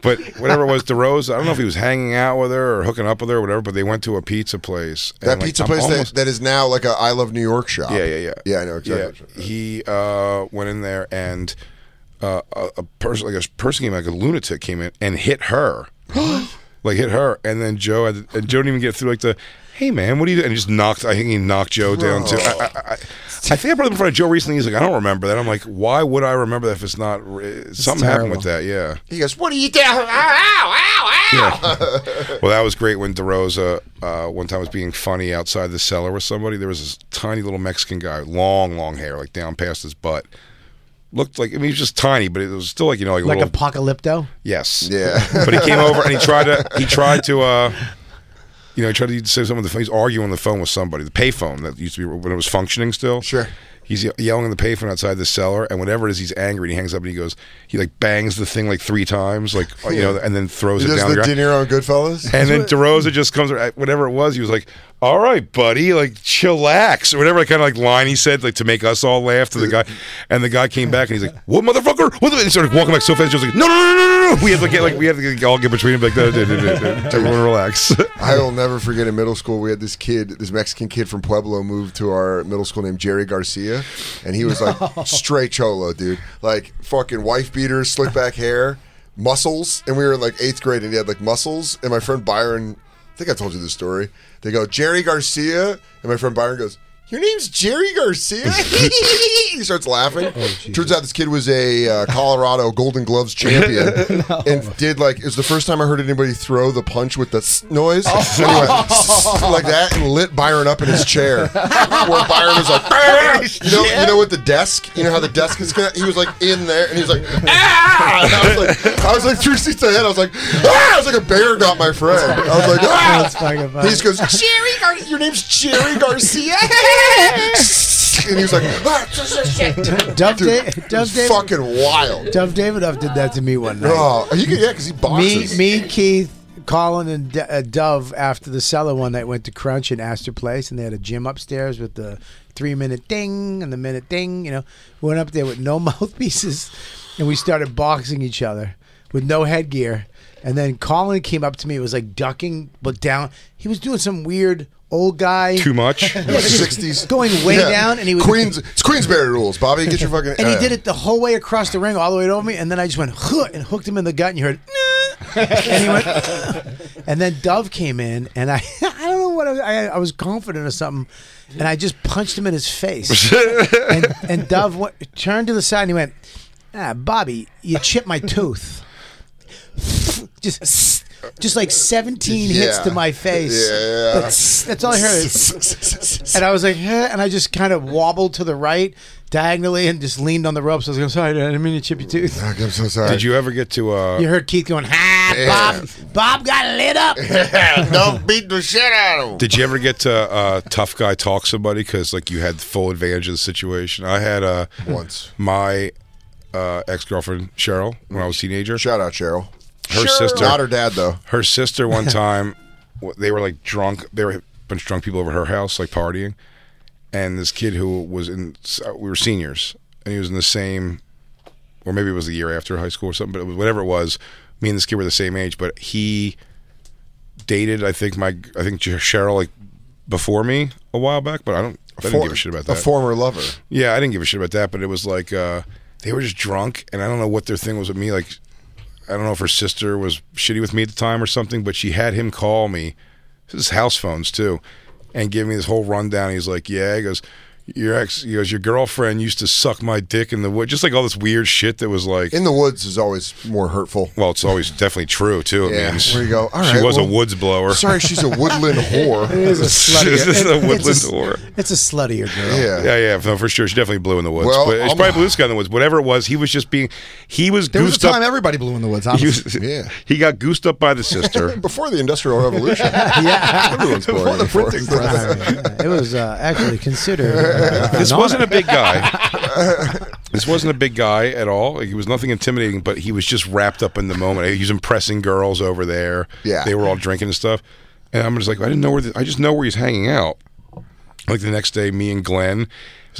S3: But whatever it was, DeRosa, I don't know if he was hanging out with her or hooking up with her or whatever, but they went to a pizza place. and,
S2: That
S3: like,
S2: pizza
S3: I'm
S2: place
S3: almost-
S2: that, that is now like a I Love New York shop.
S3: Yeah, yeah, yeah.
S2: Yeah, I know exactly. what you're
S3: Yeah, he uh, went in there and uh, a, a person, like a person came, like a lunatic came in and hit her, like hit her, and then Joe had, and Joe didn't even get through like the. Hey man, what do you do? And he just knocked. I think he knocked Joe down too. I, I, I, I think I brought him in front of Joe recently. He's like, I don't remember that. I'm like, why would I remember that if it's not re- something happened with that? Yeah.
S2: He goes, "What are you doing? Ow, ow, ow, ow!"
S3: Well, that was great when DeRosa uh, one time was being funny outside the cellar with somebody. There was this tiny little Mexican guy, long, long hair, like down past his butt. Looked like I mean, he was just tiny, but it was still like you know, like,
S7: Like
S3: a little.
S7: Apocalypto.
S3: yes.
S2: Yeah.
S3: But he came over and he tried to he tried to uh, you know he tried to say something. on the phone. He's arguing on the phone with somebody. The payphone that used to be when it was functioning still.
S2: Sure.
S3: He's ye- yelling in the payphone outside the cellar, and whenever it is, he's angry. And he hangs up and he goes, he like bangs the thing like three times, like you know, and then throws
S2: He
S3: it
S2: does
S3: down.
S2: the
S3: ground.
S2: De Niro on Goodfellas.
S3: And then DeRosa just comes, whatever it was, he was like, all right, buddy, like chillax or whatever like, kind of like line he said like to make us all laugh to the guy, and the guy came back and he's like, what motherfucker? What? the-" And he started walking back so fast, he was like, no, no, no, no, no, no. We had to get like we had to get, all get between him like, no, no, no, no, no. everyone relax.
S2: I will never forget in middle school we had this kid, this Mexican kid from Pueblo, moved to our middle school named Jerry Garcia, and he was like straight cholo, dude, like fucking wife beaters, slick back hair, muscles, and we were in like eighth grade, and he had like muscles, and my friend Byron, I think I told you this story. They go Jerry Garcia, and my friend Byron goes. Your name's Jerry Garcia. he starts laughing. Turns out this kid was a uh, Colorado Golden Gloves champion and did like it was the first time I heard anybody throw the punch with the s- noise Anyway, s- like that and lit Byron up in his chair. Where Byron was like, "Ah!" you know, you know, with the desk, you know how the desk is. Gonna, he was like in there and he was like, ah! And I was like, I was like three seats ahead. I was like, ah! I was like a bear got my friend. I was like,
S7: That's fucking
S2: ah!
S7: funny.
S2: He just goes, Jerry, Gar- your name's Jerry Garcia. and he was like, ah,
S7: Dove,
S2: Dude,
S7: Da-
S2: it
S7: Dove
S2: was
S7: David,
S2: fucking wild.
S7: Dove Davidoff did that to me one night.
S2: Oh, he could- yeah, because he boxes.
S7: Me, me, Keith, Colin, and D- uh, Dove after the cellar one night went to Crunch in Astor Place, and they had a gym upstairs with the three minute ding and the minute ding. You know, we went up there with no mouthpieces, and we started boxing each other with no headgear. And then Colin came up to me, was like ducking, but down. He was doing some weird old guy.
S3: Too much?
S7: Yeah, just
S2: 60s.
S7: Going way
S2: Yeah.
S7: down, and he was
S2: Queens. It's Queensberry rules, Bobby. Get your fucking.
S7: and he
S2: uh,
S7: did it the whole way across the ring, all the way over me. And then I just went "Huh," and hooked him in the gut, and you heard. "Nah." and he went, "Ugh." and then Dove came in, and I, I don't know what I, was- I, I was confident or something, and I just punched him in his face. and, and Dove went, turned to the side and he went, "Ah, Bobby, you chipped my tooth." just, just like seventeen hits
S2: Yeah.
S7: to my face.
S2: Yeah.
S7: That's, that's all I heard. And I was like, eh, and I just kind of wobbled to the right diagonally and just leaned on the ropes. I was like, I'm sorry, Dad, I didn't mean to chip your tooth.
S2: I'm so sorry.
S3: Did you ever get to? uh
S7: You heard Keith going, ha, Bob, Bob got lit up.
S2: Don't beat the shit out of him.
S3: Did you ever get to uh, tough guy talk somebody because like you had full advantage of the situation? I had uh,
S2: Once.
S3: my uh, ex girlfriend Cheryl when I was a teenager.
S2: Shout out Cheryl.
S3: Her
S2: Cheryl.
S3: sister,
S2: Not her dad, though.
S3: Her sister one time, w- they were like drunk. They were a bunch of drunk people over at her house, like partying, and this kid who was in uh, we were seniors, and he was in the same or maybe it was the year after high school or something, but it was, whatever it was, me and this kid were the same age, but he dated, I think my, I think Cheryl like before me a while back, but I don't, I didn't
S2: For-
S3: give a shit about
S2: A
S3: that.
S2: former lover.
S3: yeah, I didn't give a shit about that, but it was like, uh, they were just drunk and I don't know what their thing was with me. Like, I don't know if her sister was shitty with me at the time or something, but she had him call me. This is house phones too, and give me this whole rundown. He's like, "Yeah," he goes, "Your ex," he goes, "Your girlfriend used to suck my dick in the wood," just like all this weird shit that was like
S2: In the woods is always more hurtful.
S3: well, it's always definitely true too. It
S2: Yeah,
S3: means
S2: there you go. All
S3: she
S2: right,
S3: was a
S2: well,
S3: woods blower.
S2: Sorry, she's a woodland whore.
S7: It is a slutty.
S3: This is a woodland
S7: it's, a,
S3: whore.
S7: it's a sluttier girl.
S2: Yeah.
S3: Yeah, yeah, no, for sure. She definitely blew in the woods.
S2: Well,
S3: but it's
S2: I'm-
S3: probably blue sky in the woods. Whatever it was, he was just being he was
S5: There was a
S3: goosed
S5: time
S3: up.
S5: everybody blew in the woods.
S3: He,
S5: Honestly.
S3: was-
S2: Yeah.
S3: he got goosed up by the sister.
S2: Before the Industrial Revolution.
S7: Yeah.
S2: Everyone's
S7: Before
S2: born
S7: the
S2: before.
S7: printing press. it was uh, actually considered. uh,
S3: this
S7: an
S3: wasn't a
S7: honor.
S3: big guy. this wasn't a big guy at all. Like, he was nothing intimidating, but he was just wrapped up in the moment. He was impressing girls over there.
S2: Yeah.
S3: they were all drinking and stuff. And I'm just like, I didn't know where. The, I just know where he's hanging out. Like the next day, me and Glenn. It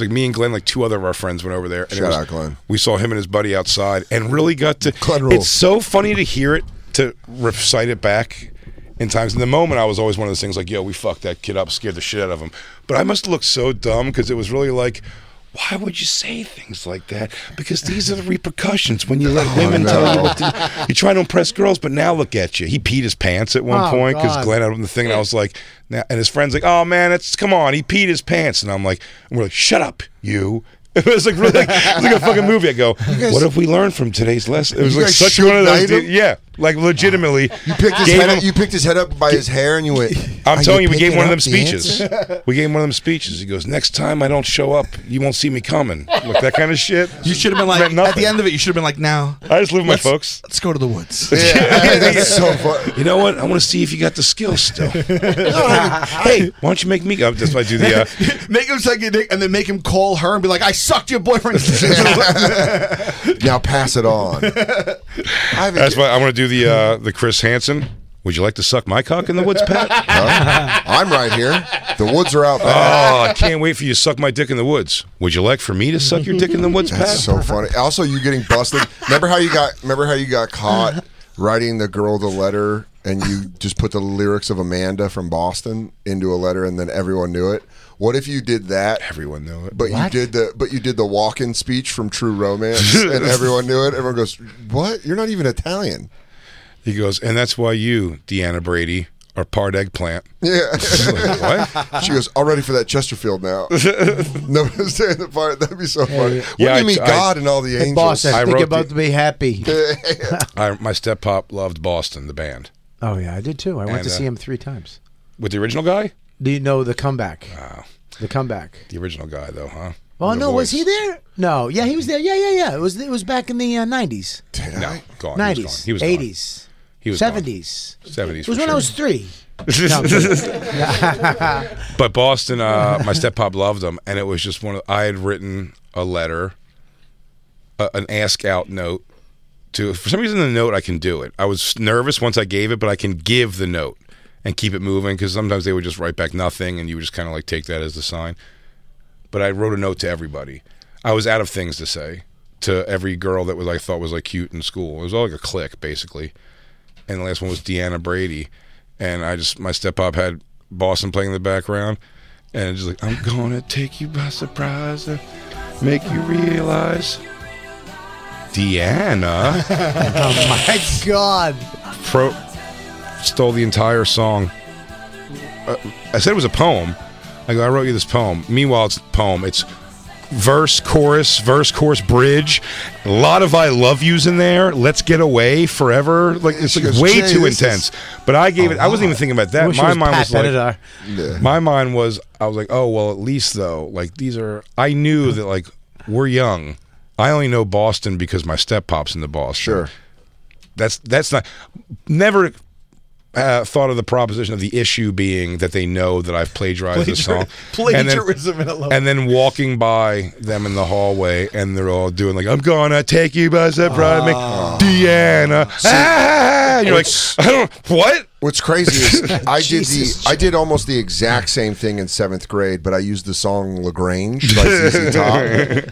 S3: was like me and Glenn, like two other of our friends went over there. And it
S2: Shout
S3: was-
S2: out, Glenn.
S3: We saw him and his buddy outside, and really got to.
S2: Glenn rules.
S3: It's so funny to hear it to recite it back. In times, in the moment, I was always one of those things like, "Yo, we fucked that kid up, scared the shit out of him." But I must look so dumb because it was really like, "Why would you say things like that?" Because these are the repercussions when you let women tell you what to. You try to impress girls, but now look at you. He peed his pants at one
S7: Oh,
S3: point because
S7: God.
S3: Glenn opened the thing, and I was like, now, and his friend's like, oh man, it's come on, he peed his pants, and I'm like, and we're like, shut up, you. It was like really like, it was like a fucking movie. I go, what have we learned from today's lesson? It was
S2: You
S3: like
S2: guys
S3: such one of those.
S2: shoot-night
S3: Dude,
S2: him?
S3: yeah, like legitimately.
S2: You picked, his
S3: gave
S2: head
S3: him-
S2: up, you picked his head up by his hair and you went.
S3: I'm
S2: "Are
S3: telling you, we
S2: picking
S3: gave one
S2: up
S3: of them
S2: the
S3: speeches.
S2: answer?"
S3: we gave him one of them speeches. He goes, next time I don't show up, you won't see me coming. Look, that kind of shit.
S5: You should have been
S3: Meant
S5: like at
S3: nothing.
S5: the end of it. You should have been like, now
S3: I just live with my
S5: let's-
S3: folks.
S5: Let's go to the woods.
S2: Yeah, that's so funny.
S3: You know what? I want to see if you got the skills still. hey, why don't you make me? go? That's why I do the. Uh,
S5: make him suck your dick and then make him call her and be like, I sucked your boyfriend's dick.
S2: Now pass it on. I have a
S3: That's why I want to do the uh, the Chris Hansen. Would you like to suck my cock in the woods, Pat?
S2: I'm right here. The woods are out
S3: there. Oh, I can't wait for you to suck my dick in the woods. Would you like for me to suck your dick in the woods, Pat?
S2: That's so funny. Also, you getting busted. Remember how you got? Remember how you got
S3: Uh-huh.
S2: caught writing the girl the letter, and you just put the lyrics of Amanda from Boston into a letter, and then everyone knew it. What if you did that?
S3: Everyone knew it.
S2: But you
S3: What?
S2: did the but you did the walk-in speech from True Romance, and everyone knew it. Everyone goes, "What? You're not even Italian."
S3: He goes, and that's why you, Deanna Brady, are part eggplant.
S2: Yeah.
S3: Like,
S2: She goes, "I'm ready for that Chesterfield now." no, I'm saying the part. That'd be so funny. When
S3: Yeah,
S2: you
S3: I-
S2: meet
S3: I-
S2: God and all the
S3: Hey,
S2: angels,
S3: boss, I I think wrote about
S7: to be happy.
S3: I, my step pop loved Boston, the band.
S7: Oh yeah, I did too. I went
S3: And,
S7: to
S3: uh,
S7: see him three times.
S3: With the original guy?
S7: Do you know the comeback? The comeback.
S3: The original guy, though, huh?
S7: Oh
S3: The
S7: no, was
S3: voice.
S7: he there? No, yeah, he was there. Yeah, yeah, yeah. It was it was back in the uh, nineties,
S3: No, gone.
S7: nineties,
S3: He was gone. He was
S7: eighties,
S3: He was gone.
S7: seventies.
S3: Seventies.
S7: It was when I was three.
S3: But Boston, uh, my step pop loved them, and it was just one of I had written a letter, a, an ask out note to. For some reason, the note I can do it. I was nervous once I gave it, but I can give the note and keep it moving because sometimes they would just write back nothing, and you would just kind of like take that as the sign. But I wrote a note to everybody. I was out of things to say to every girl that was I thought was like cute in school. It was all like a clique basically and the last one was Deanna Brady. And I just my step up had Boston playing in the background, and just like I'm gonna take you by surprise, and make you realize Deanna
S7: oh my god!
S3: pro stole the entire song. Uh, I said it was a poem. I go, I wrote you this poem. Meanwhile, it's a poem. It's verse, chorus, verse, chorus, bridge. A lot of I love yous in there. Let's get away forever. Like it's
S17: She
S3: like
S17: goes,
S3: way
S17: "Jay,
S3: too
S17: this is
S3: intense. But I gave it. I wasn't even thinking about that.
S17: I wish it
S3: My
S17: was
S3: mind
S17: Pat
S3: was like,
S17: Benatar.
S3: my mind was. I was like, oh well, at least though, like these are. I knew that like we're young. I only know Boston because my step pops in the Boston. Sure. That's that's not. Never uh, thought of the proposition of the issue being that they know that I've plagiarized the song.
S5: Plagiar-
S3: And then-
S5: plagiarism at a level.
S3: And then walking by them in the hallway, and they're all doing like, "I'm gonna take you by surprise, make Deanna." ah! And you're like,
S2: What's-
S3: "I don't what."
S2: What's crazy is I did the
S3: Jesus.
S2: I did almost the exact same thing in seventh grade, but I used the song Lagrange by ZZ Top.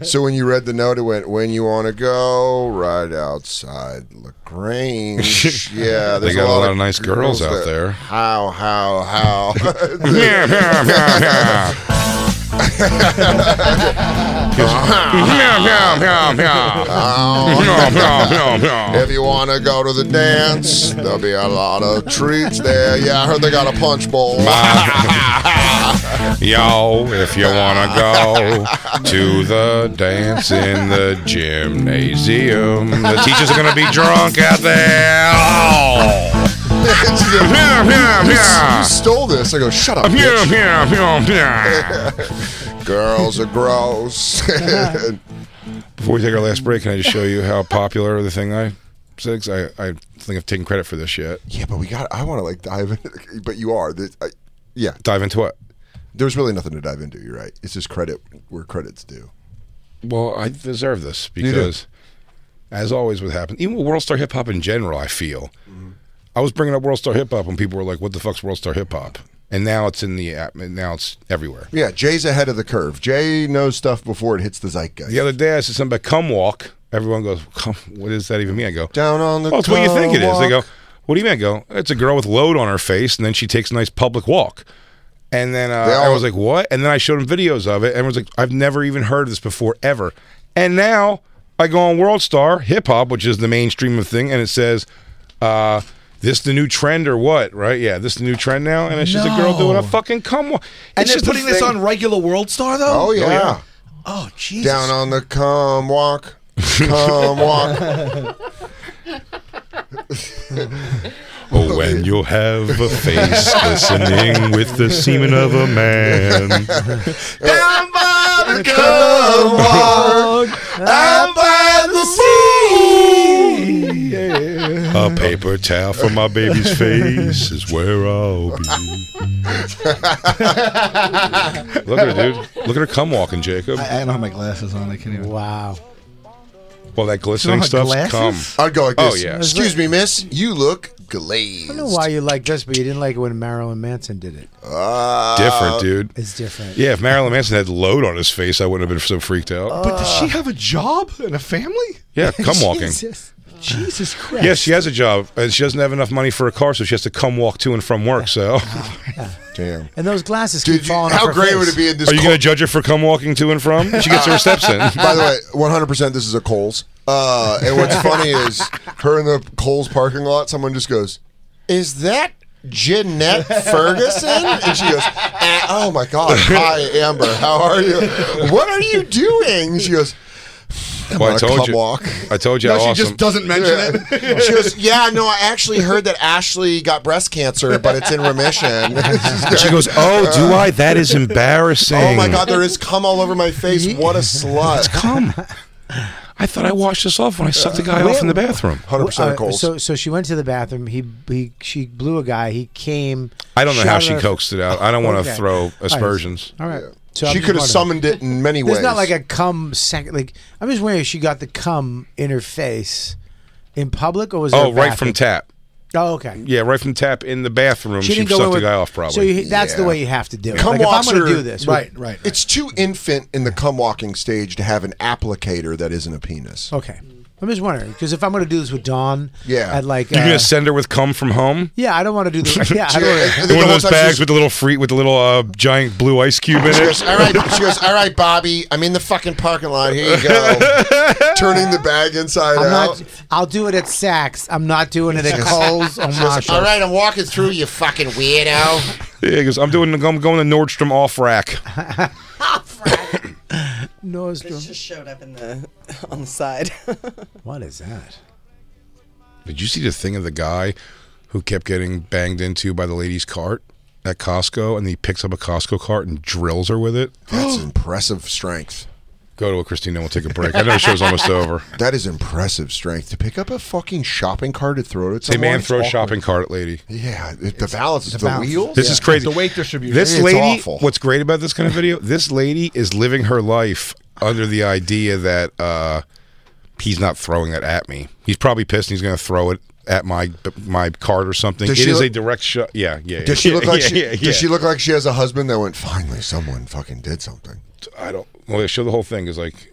S2: so when you read the note, it went, "When you want to go, right outside Lagrange." Yeah,
S3: They
S2: there's
S3: got a lot of nice girls out
S2: that-
S3: there.
S2: How how how? If you want to go to the dance, there'll be a lot of treats there. Yeah, I heard they got a punch bowl.
S3: Yo, if you wanna go to the dance in the gymnasium, the teachers are gonna be drunk out there. Oh.
S2: You stole this. I go, shut up. bitch." Girls are gross.
S7: Uh-huh.
S3: Before we take our last break, can I just show you how popular the thing I said? 'Cause I, I don't think I've taken credit for this yet.
S2: yeah, but we got. I want to like dive into. But you are. This- I- yeah.
S3: Dive into what?
S2: There's really nothing to dive into. You're right. It's just credit where credit's due.
S3: Well, I deserve this
S2: You do.
S3: because, as always, what happens, even with World Star Hip Hop in general, I feel. I was bringing up World Star Hip Hop when people were like, what the fuck's World Star Hip Hop? And now it's in the app, and now it's everywhere.
S2: Yeah, Jay's ahead of the curve. Jay knows stuff before it hits the zeitgeist.
S3: The other day I said something about cum walk. Everyone goes, cum, what does that even mean? I go,
S2: down on the
S3: Oh, it's what you think it is. They go,
S2: walk.
S3: what do you mean? I go, it's a girl with load on her face, and then she takes a nice public walk. And then uh,
S2: They all-
S3: I was like, what? And then I showed them videos of it. Everyone's like, I've never even heard of this before, ever. And now I go on World Star Hip Hop, which is the mainstream of thing, and it says, uh, this the new trend or what? Right? Yeah, this the new trend now, and it's just a girl
S5: No.
S3: doing a fucking cum walk.
S5: And
S3: It's
S5: they're
S3: just a
S5: putting this
S3: thing.
S5: on regular World Star though.
S2: Oh yeah.
S5: Oh Jesus.
S2: Down on the cum walk. Cum walk.
S3: Oh, when you'll have a face glistening with the semen of a man.
S5: Down by the
S2: cum walk.
S5: Out by the sea.
S3: A paper towel for my baby's face is where I'll be. Look at her, dude. Look at her cum walking, Jacob.
S5: I, I don't have my glasses on. I can't even.
S7: Wow.
S3: Well, that glistening
S5: She don't
S3: stuff's
S5: have
S3: cum.
S5: glasses?
S2: I'd go like
S3: Oh,
S2: this.
S3: yeah.
S2: Excuse me, miss. You look Glaze.
S7: I don't know why you like this, but you didn't like it when Marilyn Manson did it.
S2: Ah,
S3: Different, dude.
S7: It's different.
S3: Yeah, if Marilyn Manson had load on his face, I wouldn't have been so freaked out.
S5: but does she have a job and a family?
S3: Yeah, come walking.
S5: Jesus, Jesus Christ.
S3: Yes, she has a job, and she doesn't have enough money for a car, so she has to come walk to and from work. So,
S2: damn.
S7: And those glasses
S2: Dude,
S7: keep
S2: you-
S7: falling off
S2: how
S7: her
S2: great
S7: face.
S2: would it be in this?
S3: are you
S2: cul-
S3: going to judge her for come walking to and from? She gets her steps in.
S2: By the way, 100% this is a Coles. Uh, and what's funny is her in the Coles parking lot, someone just goes, Is that Jeanette Ferguson? And she goes, "Eh, Oh my God. Hi, Amber. How are you? What are you doing? She goes, I'm
S3: Well,
S2: on
S3: I
S2: a
S3: told
S2: club
S3: you.
S2: walk.
S3: I told you
S5: No,
S3: how
S5: she
S3: awesome.
S5: just doesn't mention
S2: Yeah.
S5: it.
S2: She goes, Yeah, no, I actually heard that Ashley got breast cancer, but it's in remission.
S3: she goes, "Oh, do I? That is embarrassing."
S2: Oh my God, there is cum all over my face. What a slut.
S3: Come. I thought I washed this off when I sucked the guy
S7: Where-
S3: off in the bathroom.
S2: 100%
S7: Uh,
S2: Coles.
S7: so, so she went to the bathroom. He, he, she blew a guy. He came.
S3: I don't know
S7: shot
S3: how
S7: at
S3: she
S7: her-
S3: coaxed it out. I don't want to
S7: Okay. All
S3: throw
S7: right.
S3: aspersions.
S7: All right. So I'm
S2: she
S7: just
S2: could have
S7: wondering.
S2: summoned it in many ways.
S7: There's not like a cum second. Like I'm just wondering if she got the cum in her face in public or was there
S3: Oh,
S7: a
S3: right from
S7: bathroom?
S3: tap.
S7: Oh, okay.
S3: Yeah, right from tap in the bathroom. She,
S7: didn't go in
S3: sucked the
S7: with-
S3: guy off probably.
S7: So you, that's the
S2: Yeah.
S7: way you have to do it.
S2: Cum
S7: Like, if I'm
S2: walks
S7: going to
S2: are-
S7: do this, we-
S5: Right, right.
S2: It's too infant in the cum walking stage to have an applicator that isn't a penis.
S7: Okay. I'm just wondering because if I'm going to do this with Dawn,
S2: Yeah.
S7: at like,
S3: You're
S7: uh,
S3: gonna send her with cum from home.
S7: yeah, I don't want to do this. Yeah, I
S2: Yeah,
S7: don't,
S2: and
S3: In
S2: then
S3: one of
S2: the
S3: those
S2: whole time
S3: bags
S2: she's-
S3: with the little free with the little uh, giant blue ice cube in
S2: She
S3: it.
S2: goes, all right. She goes, all right, Bobby. I'm in the fucking parking lot. Here you go. Turning the bag inside
S7: I'm
S2: out.
S7: not. I'll do it at Saks. I'm not doing it at Kohl's or Marshalls.
S2: all right, I'm walking through. You fucking weirdo.
S3: Yeah, he goes, I'm doing. I'm going to Nordstrom off rack.
S6: This
S7: Nordstrom.
S6: just showed up in the on the side.
S7: What is that?
S3: Did you see the thing of the guy who kept getting banged into by the lady's cart at Costco, and he picks up a Costco cart and drills her with it?
S2: That's impressive strength.
S3: Go to it, Christina. We'll take a break. I know the show's almost over.
S2: That is impressive strength to pick up a fucking shopping cart and throw it at
S3: Say,
S2: someone.
S3: man, throw
S2: It's
S3: shopping cart at lady.
S2: awkward. Yeah, it, the balance, the,
S5: balance.
S2: wheels.
S3: This
S2: Yeah.
S3: is crazy.
S5: The weight distribution.
S3: This
S2: It's
S3: lady.
S2: awful.
S3: What's great about this kind of video? This lady is living her life under the idea that uh, he's not throwing it at me. He's probably pissed. and He's going to throw it at my my cart or something. It
S2: Does
S3: is
S2: she look-
S3: a direct shot. Yeah, yeah. yeah.
S2: Does she look like
S3: Yeah,
S2: she?
S3: yeah, yeah.
S2: Does she look like she has a husband that went? Finally, someone fucking did something.
S3: I don't. Well, they show the whole thing is like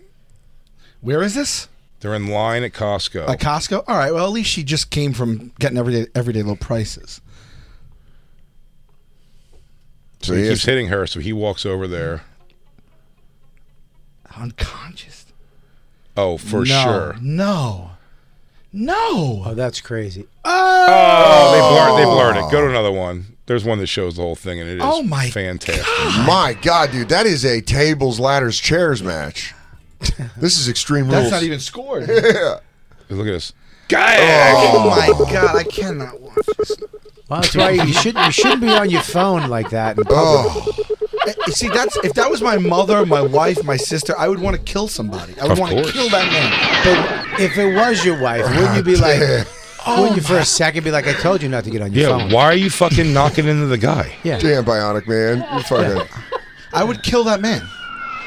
S5: Where is this?
S3: they're in line at Costco.
S5: At Costco. All right. Well, at least she just came from getting everyday everyday low prices.
S2: So
S3: he
S2: he
S3: keeps
S2: has-
S3: hitting her, so he walks over there.
S5: Unconscious.
S3: Oh, for
S5: no,
S3: sure.
S5: No. No.
S7: Oh, that's crazy.
S3: Oh, they blurred. They blurred it. Go to another one. There's one that shows the whole thing, and it is
S5: Oh my
S3: fantastic.
S2: My God, dude, that is a tables, ladders, chairs match. This is extreme rules.
S5: That's not even scored.
S3: Look at this.
S5: oh my god! I cannot watch this.
S7: Well, that's why you shouldn't you shouldn't be on your phone like that. in public.
S2: Oh,
S5: Eh, eh, See, that's if that was my mother, my wife, my sister, I would want to kill somebody. I would
S3: Of
S5: want
S3: course.
S5: to kill that man.
S7: But if it was your wife, wouldn't you be like, wouldn't you for a second be like, I told you not to get on your
S3: Yeah.
S7: phone?
S3: Why are you fucking knocking into the guy?
S7: Yeah.
S2: damn, bionic man, you fucking.
S5: I would kill that man.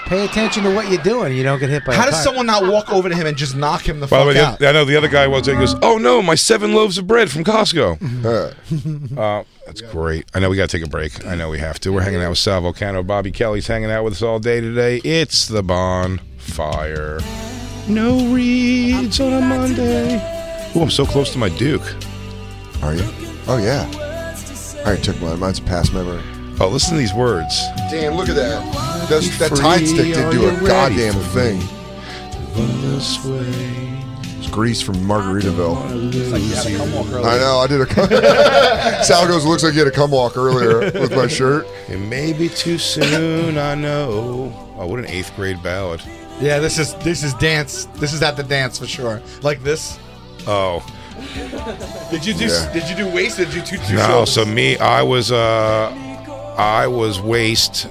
S7: Pay attention to what you're doing. You don't get hit by.
S5: How
S7: a
S5: does
S7: car.
S5: someone not walk over to him and just knock him the
S3: By the
S5: fuck
S3: way,
S5: out?
S3: the, I know the other guy was. He goes, "Oh no, my seven loaves of bread from
S5: Mm-hmm.
S3: Costco."
S2: uh,
S3: Uh, that's great. I know we got to take a break. I know we have to. We're hanging out with Sal Volcano. Bobby Kelly's hanging out with us all day today. It's the bonfire. No reads on a Monday. Oh, I'm so close to my Duke.
S2: are you? Oh yeah. All right, took mine. Mine's a past memory.
S3: Oh, listen to these words.
S2: Damn, look at that. That's, that tide stick didn't do a goddamn thing.
S3: This way.
S2: It's grease from Margaritaville.
S5: come walk
S2: I know. I did a. cum- Sal goes. Looks like you had a cum walk earlier with my shirt.
S3: It may be too soon, I know. Oh, what an eighth grade ballad.
S5: Yeah, this is this is dance. This is at the dance for sure. Like this.
S3: Oh.
S5: Did you do?
S2: Yeah.
S5: Did you do waist? Did you do two? two
S3: No,
S5: shoulders?
S3: so me, I was uh I was waist,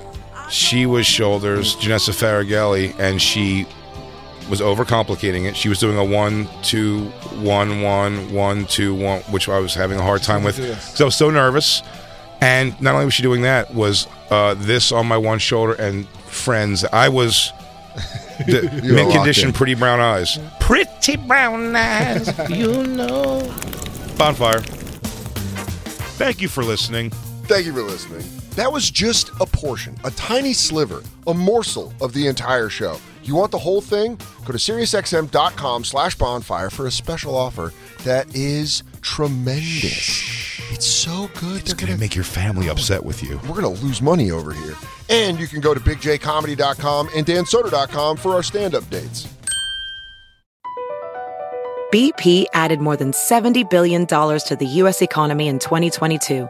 S3: she was shoulders, Janessa Faragelli, and she was overcomplicating it. She was doing a one, two, one, one, one, two, one, which I was having a hard time with because I was so nervous. And not only was she doing that, was uh, this on my one shoulder and friends. I was the
S2: You were
S3: mid
S2: locked in.
S3: condition, pretty brown eyes. Pretty brown eyes, you know. Bonfire.
S18: Thank you for listening.
S2: Thank you for listening. That was just a portion, a tiny sliver, a morsel of the entire show. You want the whole thing? Go to SiriusXM.com slash bonfire for a special offer that is tremendous. It's so good.
S18: It's going to make your family upset with you.
S2: We're going to lose money over here. And you can go to BigJComedy.com and DanSoder.com for our stand-up dates.
S12: BP added more than $70 billion to the U.S. economy in 2022